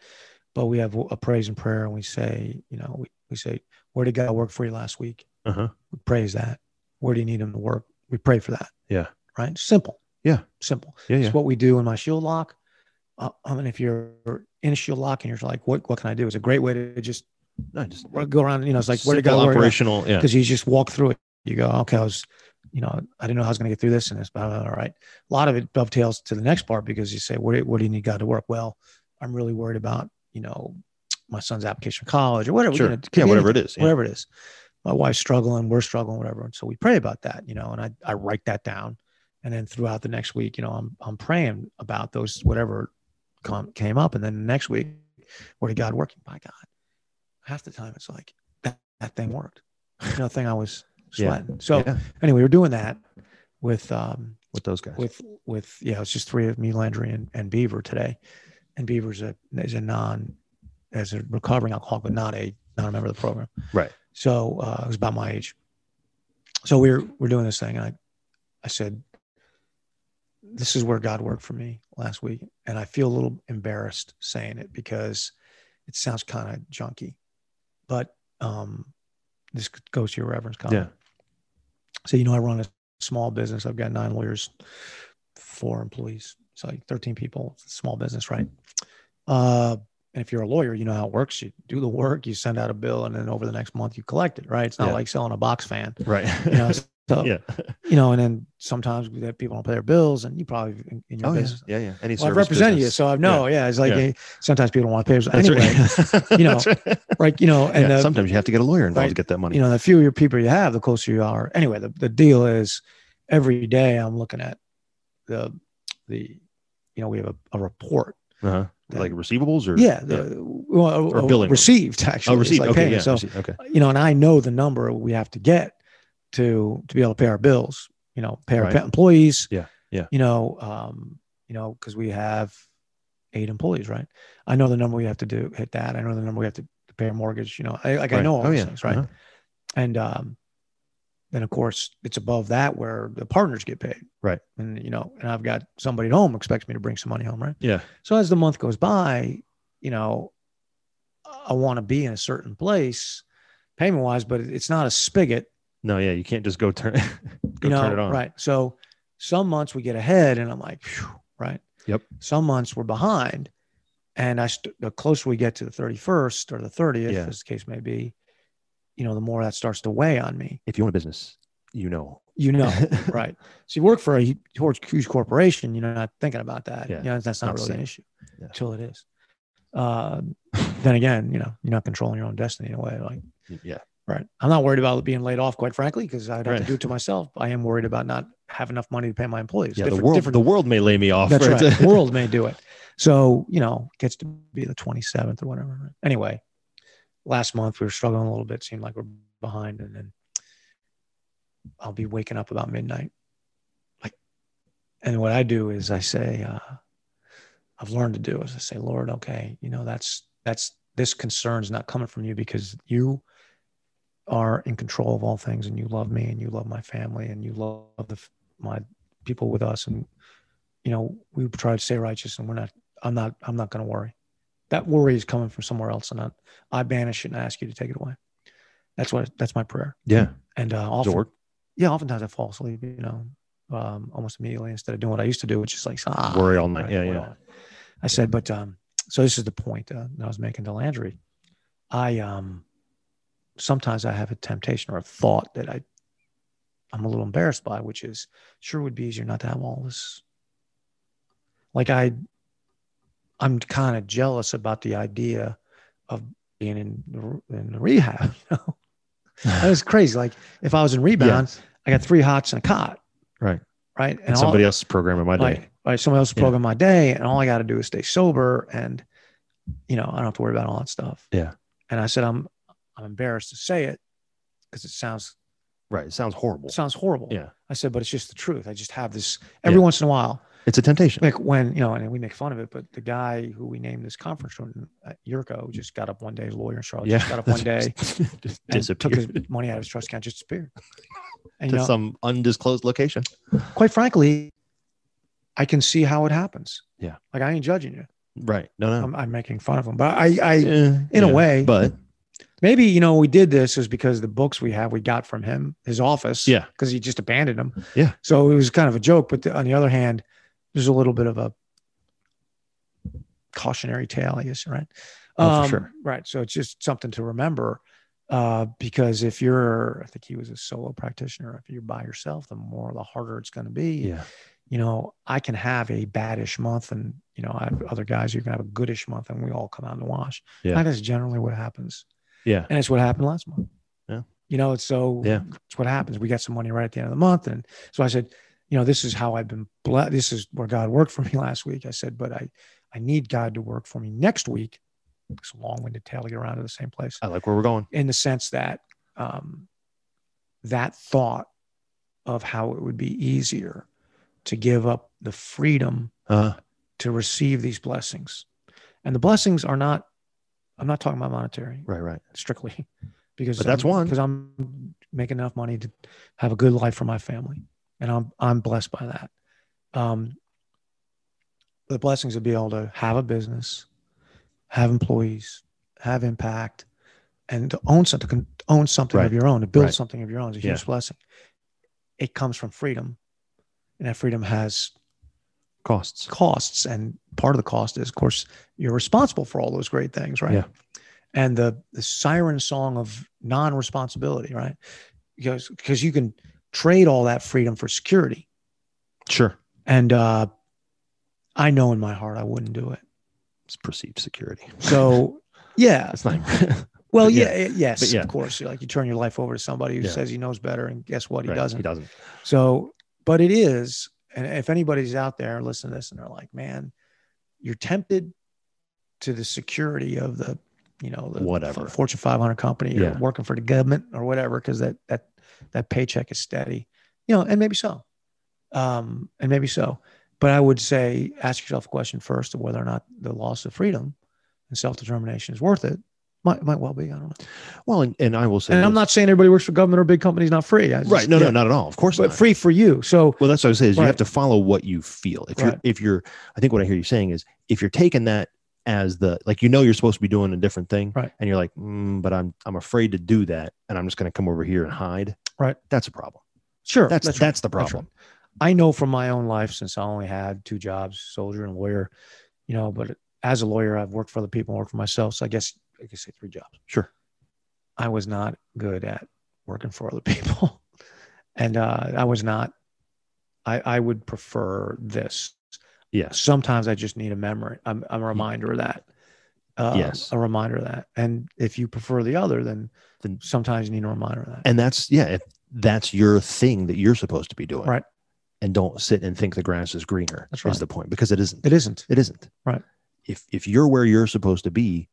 But we have a praise and prayer, and we say, you know, we, we say, where did God work for you last week? Uh-huh. We praise that. Where do you need Him to work? We pray for that. Yeah. Right. Simple. Yeah. Simple. Yeah, yeah. It's what we do in my shield lock. Uh, I mean, if you're in a shield lock and you're like, what, what can I do? It's a great way to just No, just go around, you know, it's like, where to simple go, where to go. operational. Yeah. Because you just walk through it. You go, okay, I was, you know, I didn't know how I was going to get through this and this, but all right. A lot of it dovetails to the next part because you say, what, what do you need God to work? Well, I'm really worried about, you know, my son's application for college or whatever. Sure. You know, it could Yeah, be whatever anything, it is. Yeah. Whatever it is. My wife's struggling, we're struggling, whatever. And so we pray about that, you know, and I, I write that down. And then throughout the next week, you know, I'm, I'm praying about those, whatever come, came up. And then the next week, where did God working? By God, half the time it's like that, that thing worked. You know, the thing I was Yeah. sweating. So yeah, anyway, we're doing that with, um, with those guys. with, with, yeah, it's just three of me, Landry and, and Beaver today. And Beaver's a, is a non, as a recovering alcoholic, but not a, not a member of the program. Right. So uh, it was about my age. So we we're we're doing this thing, and I, I said, "This is where God worked for me last week," and I feel a little embarrassed saying it because it sounds kind of junky, but um, this goes to your reverence comment. So you know, I run a small business. I've got nine lawyers, four employees, so like thirteen people. It's a small business, right? Uh, and if you're a lawyer, you know how it works. You do the work, you send out a bill, and then over the next month you collect it, right? It's not Yeah. like selling a box fan. Right. You know, so, yeah. you know, and then sometimes we have people don't pay their bills, and you probably in, in your Oh, yeah. business. Yeah. Yeah. Any Well, I've service represented you, business. so I know. Yeah, it's like Yeah. eh, sometimes people don't want to pay. Their, That's anyway, right. right. you know, That's right. You know, and Yeah, uh, sometimes you have to get a lawyer involved right, to get that money. you know, the fewer people you have, the closer you are. Anyway, the, the deal is every day I'm looking at the the you know we have a, a report uh-huh. that- Like receivables or yeah, the, Well, Or uh, billing. received actually Oh, It's receipt. like okay. paying. Yeah. so receipt, Okay. you know, and I know the number we have to get to to be able to pay our bills. You know, pay our Right. employees. Yeah, yeah. You know, um, you know, because we have eight employees, right? I know the number we have to do hit that. I know the number we have to pay our mortgage. You know, I, like I Right. know all Oh, these yeah. things, right? Uh-huh. And um, then of course it's above that where the partners get paid, Right. And you know, and I've got somebody at home expects me to bring some money home, right? Yeah. So as the month goes by, you know, I want to be in a certain place, payment wise, but it's not a spigot. No, yeah, you can't just go turn go you know, turn it on. right? So some months we get ahead, and I'm like, phew, right? Yep. Some months we're behind, and I st- the closer we get to the 31st or the 30th, Yeah. as the case may be, you know, the more that starts to weigh on me. If you own a business, you know. You know, right? So you work for a hu- huge, huge corporation, you're not thinking about that. Yeah. You know, that's not Not the really an same. issue Yeah. until it is. Uh, then again, you know, you're not controlling your own destiny in a way. Like, yeah. right. I'm not worried about being laid off, quite frankly, because I'd have to Right. do it to myself. I am worried about not have enough money to pay my employees. Yeah. The world the world may lay me off. that's right. the world may do it. So, you know, it gets to be the 27th or whatever. right? Anyway, last month we were struggling a little bit, seemed like we're behind. And then I'll be waking up about midnight. Like, and what I do is I say, uh, I've learned to do is I say, Lord, okay, you know, that's, that's, this concern's not coming from you because you are in control of all things and you love me and you love my family and you love the, f- my people with us and you know, we try to stay righteous and we're not, I'm not, I'm not going to worry. That worry is coming from somewhere else. And I, I banish it and I ask you to take it away. That's what, that's my prayer. yeah. And uh, Does it often, work? yeah, oftentimes I fall asleep, you know, um, almost immediately instead of doing what I used to do, which is like, ah, Worry all night. right, yeah, we're yeah. on. I said, but, um, so this is the point uh, that I was making to Landry. I, um, sometimes I have a temptation or a thought that I, I'm a little embarrassed by, which is sure would be easier not to have all this. Like I, I'm kind of jealous about the idea of being in the, in the rehab. You know? that was crazy. Like if I was in rebound, Yes. I got three hots and a cot. Right. Right. And all- somebody else's program in my right, day. Right. Somebody else Yeah. programmed my day, and all I got to do is stay sober, and you know I don't have to worry about all that stuff. Yeah. And I said I'm I'm embarrassed to say it because it sounds Right. It sounds horrible. it sounds horrible. Yeah. I said, but it's just the truth. I just have this every once in a while, It's a temptation. like when you know, and we make fun of it. But the guy who we named this conference room, uh, Yurko, just got up one day, his lawyer in Charlotte, yeah. just got up one day just and took disappeared his money out of his trust account, just disappeared. And to you know, some undisclosed location. quite frankly, I can see how it happens. Yeah. Like I ain't judging you. Right. No, no. I'm, I'm making fun of him, but Um, I, I Eh, in a way. But maybe you know we did this is because the books we have we got from him, his office, yeah. because he just abandoned them. Yeah. So it was kind of a joke, but the, on the other hand, there's a little bit of a cautionary tale, I guess, right? Um, Oh, for sure. Right. So it's just something to remember. Uh, because if you're, I think he was a solo practitioner. If you're by yourself, the more, the harder it's going to be Yeah. you know, I can have a badish month and, you know, I have other guys who can have a goodish month and we all come out in the wash. Yeah. That is generally what happens. Yeah. And it's what happened last month. Yeah. You know, it's so, Yeah. it's what happens. We got some money right at the end of the month. And so I said, you know, this is how I've been blessed. This is where God worked for me last week. I said, but I, I need God to work for me next week. It's a long winded tale to get around to the same place I like where we're going. in the sense that, um, that thought of how it would be easier to give up the freedom Uh, to receive these blessings. And the blessings are not, I'm not talking about monetary right, right. strictly, because But that's one. Because I'm making enough money to have a good life for my family. And I'm, I'm blessed by that. Um, the blessings would be able to have a business, have employees, have impact, and to own something, to own something Right. of your own, to build Right. something of your own is a Yeah. huge blessing. It comes from freedom. And that freedom has Costs. costs and part of the cost is of course you're responsible for all those great things right Yeah. and the, the siren song of non-responsibility right because because you can trade all that freedom for security Sure. and uh i know in my heart i wouldn't do it It's perceived security. so yeah It's not. well but yeah, yeah. eh, yes But yeah. of course You're like you turn your life over to somebody who Yeah. says he knows better and guess what he Right, doesn't He doesn't. So, but it is, and if anybody's out there listening to this and they're like, man, you're tempted to the security of the, you know, the Whatever. Fortune 500 company or Yeah. working for the government or whatever, because that that that paycheck is steady, you know, and maybe so, um, and maybe so, But I would say ask yourself a question first of whether or not the loss of freedom and self determination is worth it. Might, might well be. I don't know. Well, and, and I will say, And I'm this- not saying everybody works for government or big companies not free. I just- right. No, yeah. no, not at all. Of course But not. free for you. So well, that's what I was saying. Is You Right. have to follow what you feel. If you're, Right. if you're, I think what I hear you saying is, if you're taking that as the like, you know, you're supposed to be doing a different thing, Right. And you're like, mm, but I'm, I'm afraid to do that, and I'm just going to come over here and hide. Right. That's a problem. sure, That's that's, right. That's the problem. right. I know from my own life, since I only had two jobs, soldier and lawyer, you know, but as a lawyer, I've worked for other people and worked for myself. So I guess I could say three jobs. Sure. I was not good at working for other people. and uh, I was not, I, I would prefer this. Yes. Sometimes I just need a memory. I'm, I'm a reminder of that. Uh, Hmm. Yes. A reminder of that. And if you prefer the other, then, Then- sometimes you need a reminder of that. And that's yeah, if that's your thing that you're supposed to be doing, Right. And don't sit and think the grass is greener. That's Is right. the point because it isn't. it isn't. It isn't. Right. If if you're where you're supposed to be,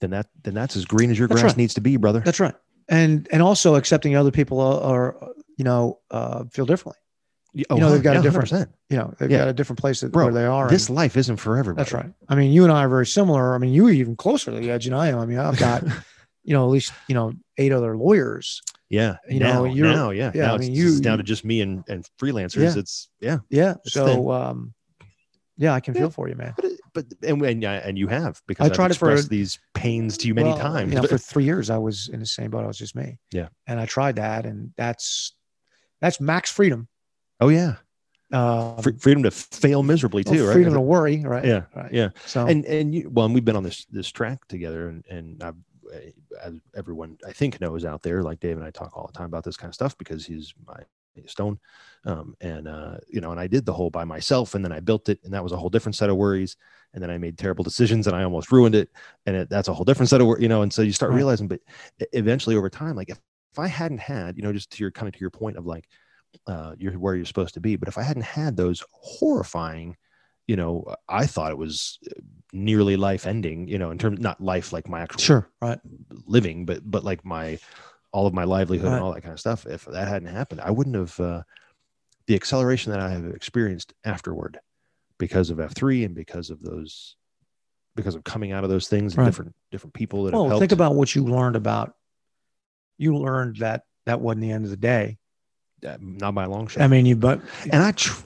then that then that's as green as your That's grass right. needs to be, brother. That's right. And and also accepting other people are, are you know uh, feel differently. you know, they've got a different- 100%. You know they've Yeah. got a different place that, Bro, where they are. This and- life isn't for everybody. that's right. I mean, you and I are very similar. I mean, you were even closer to the edge than I am. I mean, I've got you know at least you know eight other lawyers. yeah. You know, now, you're- now, yeah. yeah, now I it's, mean, it's you- down to just me and, and freelancers. Yeah. It's yeah. Yeah. It's so thin. um, yeah, I can Yeah. feel for you, man. But it- but and and, I- and you have because I I've tried it for- expressed these pains to you many Well, times. You know, but- for three years, I was in the same boat. I was just me. Yeah. And I tried that, and that's that's max freedom. oh yeah. Uh, Fre- freedom to fail miserably too, right? freedom to worry, right? yeah. Right. yeah. So and and you, well, and we've been on this this track together, and and I've, eh, as everyone I think knows out there, like Dave and I talk all the time about this kind of stuff because he's my stone, um, and uh, you know, and I did the whole by myself, and then I built it, and that was a whole different set of worries, and then I made terrible decisions, and I almost ruined it, and it, that's a whole different set of wor- you know, and so you start Right. realizing, but e- eventually over time, like if, if I hadn't had, you know, just to your kind of to your point of like, uh, you're where you're supposed to be, but if I hadn't had those horrifying you know, I thought it was uh, nearly life ending, you know, in terms not life like my actual sure, right. living, but but like my all of my livelihood Right. and all that kind of stuff. If that hadn't happened, I wouldn't have uh, the acceleration that I have experienced afterward because of F three and because of those because of coming out of those things and Right. different different people that have Well, helped. think about what you learned about. You learned that that wasn't the end of the day. Uh, not by a long shot. I mean, you but and I tried.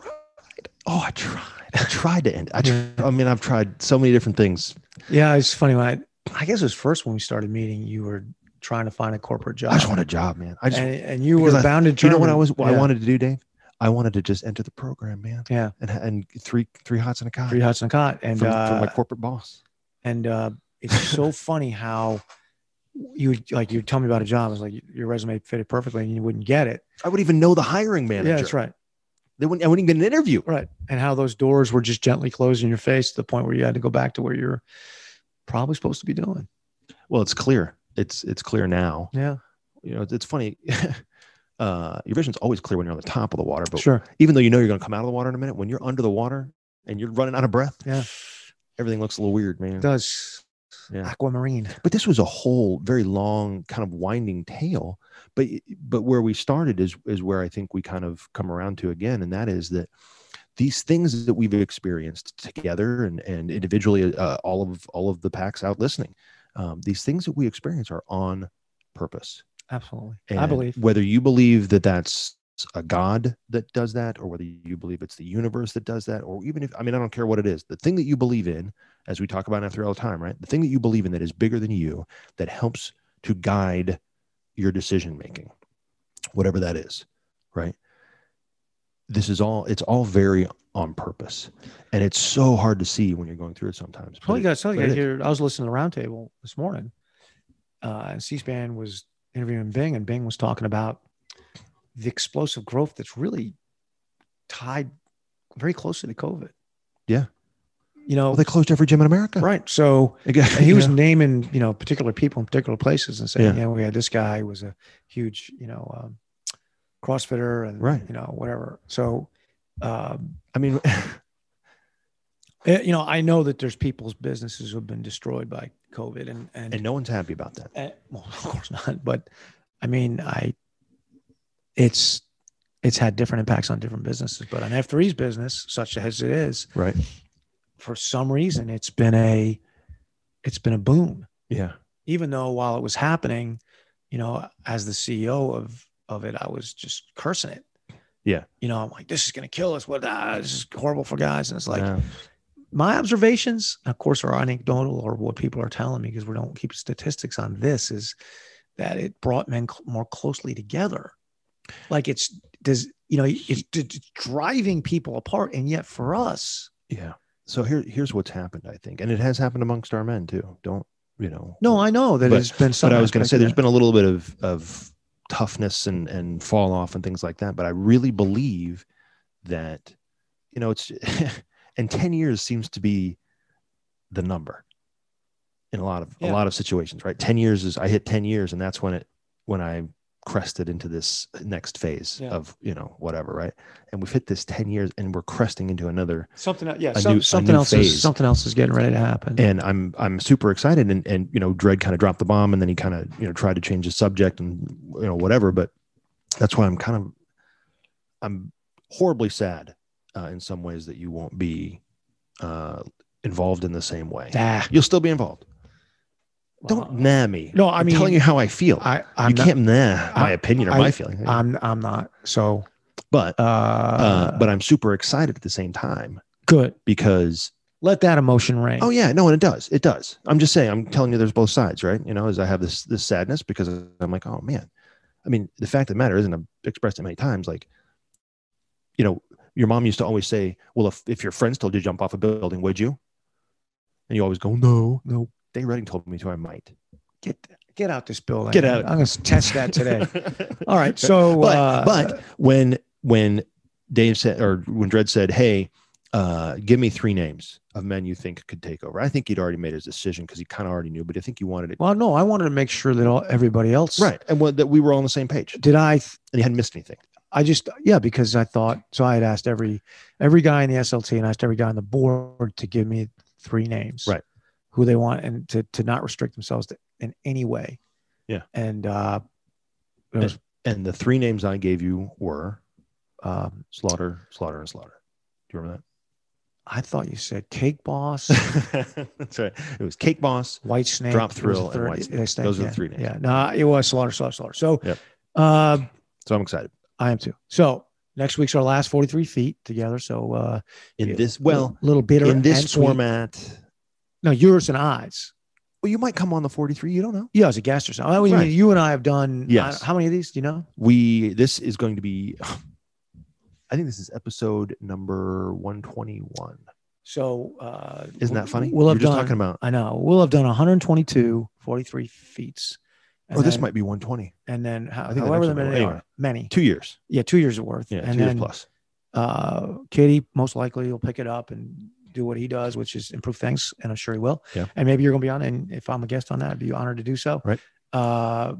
Oh, I tried. I tried to end. I, tr- Yeah. I mean, I've tried so many different things. yeah, it's funny when I, I guess it was first when we started meeting. You were trying to find a corporate job, I just want a job, man. I just and, and you were because I- bound and Do you know what I determined. was? What I Yeah. wanted to do, Dave. I wanted to just enter the program, man. Yeah. and and three three hots and a cot Three Hudson and Cot, and from, uh, from my corporate boss. and uh, it's so funny how you would- like you tell me about a job. I was like, your resume fitted perfectly, and you wouldn't get it. I wouldn't even know the hiring manager. Yeah, that's right, They wouldn't. I wouldn't even get an interview. right. And how those doors were just gently closed in your face to the point where you had to go back to where you're probably supposed to be doing. Well, it's clear. It's it's clear now. Yeah, You know, it's, it's funny. uh, your vision's always clear when you're on the top of the water, but sure. even though you know you're going to come out of the water in a minute, when you're under the water and you're running out of breath, Yeah. everything looks a little weird, man. does Yeah. aquamarine but this was a whole very long kind of winding tale but but where we started is is where i think we kind of come around to again and that is that these things that we've experienced together and and individually uh, all of all of the packs out listening um, these things that we experience are on purpose absolutely i And believe whether you believe that that's a god that does that or whether you believe it's the universe that does that or even if i mean i don't care what it is the thing that you believe in as we talk about after all the time right the thing that you believe in that is bigger than you that helps to guide your decision making whatever that is right this is all it's all very on purpose and it's so hard to see when you're going through it sometimes well you But guys tell you but guys it- here i was listening to the roundtable this morning uh and c-span was interviewing bing and bing was talking about the explosive growth that's really tied very closely to covid Yeah. you know well, oh, they closed every gym in america right so and he You was know? naming you know particular people in particular places and saying Yeah. yeah, we had this guy who was a huge you know um, crossfitter and Right. you know whatever so um i mean Eh, you know, I know that there's people's businesses who have been destroyed by COVID, and and, and no one's happy about that eh, well, of course not. But I mean, I it's it's had different impacts on different businesses. But on F3's business, such as it is, Right. for some reason, it's been a it's been a boon. Yeah. Even though while it was happening, you know, as the CEO of of it, I was just cursing it. Yeah. You know, I'm like, this is gonna kill us. What ah, this is horrible for guys. And it's like Yeah. my observations, of course, are anecdotal or what people are telling me because we don't keep statistics on this, is that it brought men cl- more closely together. Like it's does you know it's d- d- driving people apart, and yet for us, yeah. So here, here's what's happened, I think, and it has happened amongst our men too. Don't you know? no, I know that But- it's been. Some but I was going to aspect say of there's that. been a little bit of of toughness and and fall off and things like that. But I really believe that you know it's and ten years seems to be the number in a lot of Yeah. a lot of situations, right? Ten years is I hit ten years, and that's when it when I crested into this next phase Yeah. of you know whatever, right? And we've hit this ten years, and we're cresting into another something. else- Yeah, a some- new- a something new else phase. is something else is getting ready to happen. and I'm I'm super excited. And and you know, Dredd kind of dropped the bomb, and then he kind of you know tried to change the subject and you know whatever. But that's why I'm kind of I'm horribly sad uh, in some ways that you won't be uh, involved in the same way. Ah, You'll still be involved. well, Don't nah me. No, I I'm mean, telling you how I feel. I you I'm not, can't nah I- my opinion or I- my feeling. I'm I'm not. So, but uh, uh, but I'm super excited at the same time good. because Let that emotion reign. Oh yeah, no, and it does. It does. I'm just saying. I'm telling you, there's both sides, right? You know, as I have this this sadness because I'm like, oh man. I mean, the fact of the matter is, and I've expressed it many times. Like, you know, your mom used to always say, "Well, if if your friends told you to jump off a building, would you?" And you always go, "No, no." They Redding told me to. I might get get out this building. Get out. I'm going to test that today. All right. So, but uh, but when when Dave said or when Dred said, "Hey, uh, give me three names of men you think could take over," I think he'd already made his decision because he kind of already knew, but I think he wanted it well, no, I wanted to make sure that all everybody else, right, and what, that we were all on the same page, and Did I? th- he hadn't missed anything. I just yeah, because I thought so. I had asked every every guy in the SLT and asked every guy on the board to give me three names, Right. Who they want and to to not restrict themselves to, in any way. Yeah. And uh, it was And the three names I gave you were um, Slaughter, Slaughter, and Slaughter. Do you remember I thought you said Cake Boss, that? That's right. It was Cake Boss. White Snake, Drop there was a Thrill and third- White Snake. they said, Those are the yeah, three names. Yeah. No, it was Slaughter, Slaughter, Slaughter. So, Yep. um, So I'm excited. I am too. So next week's our last 43 feet together. So uh In Yeah. this, well, a little bitter in this and sweet. format, No, yours and I's. well, you might come on the 43. You don't know. Yeah, as a guest or something. I mean, Right. You and I have done. Yes. I- how many of these do you know? We this is going to be. I think this is episode number 121. So uh Isn't that funny? We'll You're have just done. talking about. I know. We'll have done 122 43 feats. Oh, this then- might be 120. And then how, I think the however next one many will- they anyway. are, many. Two years. Yeah, two years worth. Yeah, and two then, years plus. uh, Katie most likely will pick it up and do what he does, which is improve things, and I'm sure he will. Yeah. And maybe you're going to be on, and if I'm a guest on that, I'd be honored to do so. Right. Uh,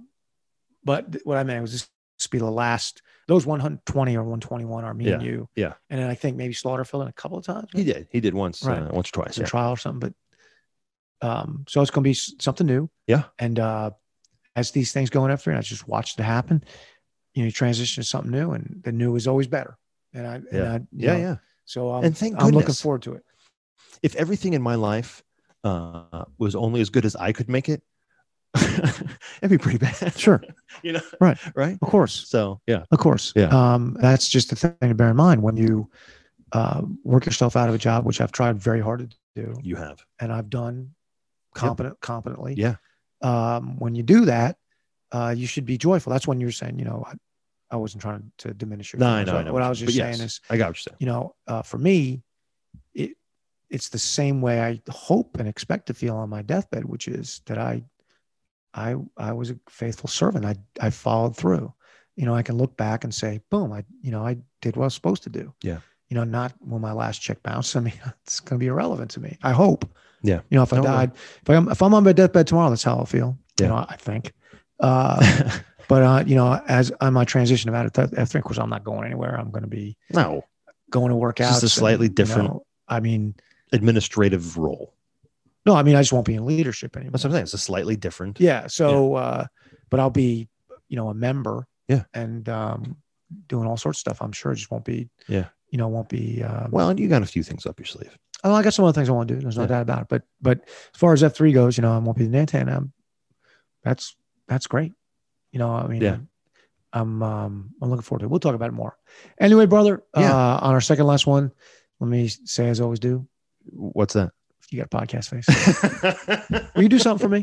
but th- what I meant was this to be the last. Those 120 or 121 are me and you. yeah. And then I think maybe Slaughter filled in a couple of times. He did. He did once. Right. Uh, once or twice. It's a Yeah. trial or something, but um, so it's going to be s- something new. Yeah. And uh, as these things going up through, and I just watched it happen. You know, you transition to something new, and the new is always better. And I, and I, you Yeah. know, Yeah. so um, And thank I'm looking goodness. forward to it. if everything in my life uh, was only as good as I could make it, it'd be pretty bad. Sure. you know, Right. right. Of course. So yeah, Of course. Yeah. Um, that's just the thing to bear in mind when you uh, work yourself out of a job, which I've tried very hard to do you have and I've done competent competently. Yeah. Um, when you do that, uh, you should be joyful. That's when you're saying, you know, I, I wasn't trying to diminish your No, I feelings. know, I know What what I you- was just but saying is, yes. I got what you're saying. you know, uh, for me, it it's the same way I hope and expect to feel on my deathbed, which is that I I I was a faithful servant. I I followed through. You know, I can look back and say, boom, I you know, I did what I was supposed to do. Yeah. You know, not when my last check bounced. I mean, it's gonna be irrelevant to me. I hope. Yeah. You know, if I No, no. died, if I'm if I'm on my deathbed tomorrow, that's how I'll feel. Yeah. You know, I think. Uh, but uh, you know, as on my transition about it, I think, of course, I'm not going anywhere. I'm going to be no going to work out. It's just a slightly different- I mean, administrative role. no, I mean, I just won't be in leadership anymore. That's what I'm saying. It's a slightly different. Yeah. So, Uh, but I'll be, you know, a member. Yeah. And um, doing all sorts of stuff. I'm sure it just won't be. Yeah. You know, won't be. Um, Well, and you got a few things up your sleeve. oh, I got some other things I want to do. There's no Yeah. doubt about it. But but as far as F three goes, you know, I won't be the Nantan. I'm, that's that's great. You know, I mean, Yeah. I'm um, I'm looking forward to it. We'll talk about it more. Anyway, brother, Yeah. uh, on our second last one, let me say as I always do, What's that? you got a podcast face. Will you do something for me?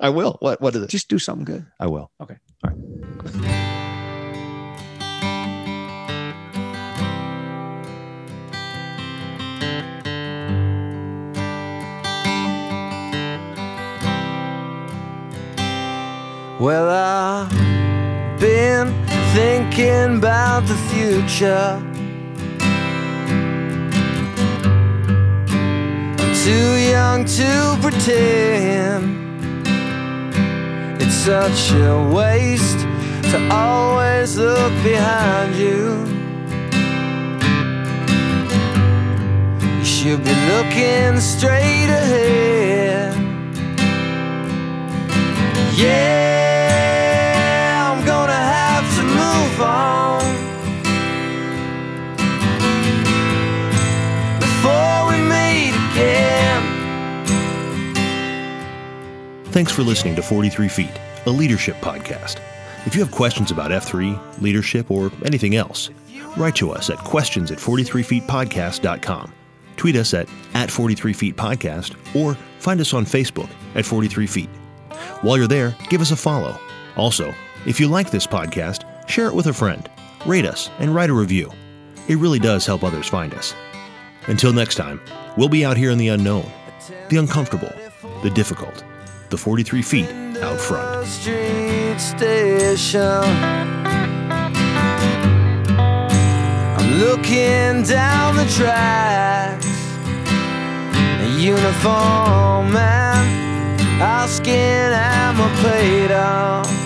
I will. What? What is it? Just do something good. I will. Okay. All right. Well, I've been thinking about the future. Too young to pretend. It's such a waste to always look behind you. You should be looking straight ahead. Yeah, I'm gonna have to move on before we meet again. Thanks for listening to 43 Feet, a leadership podcast. If you have questions about F3, leadership, or anything else, write to us at questions at 43feetpodcast.com. Tweet us at, at 43feetpodcast or find us on Facebook at 43 Feet. While you're there, give us a follow. Also, if you like this podcast, share it with a friend, rate us, and write a review. It really does help others find us. Until next time, we'll be out here in the unknown, the uncomfortable, the difficult, the 43 feet out front. The Street station. I'm looking down the tracks. A uniform man, our skin and my plate on.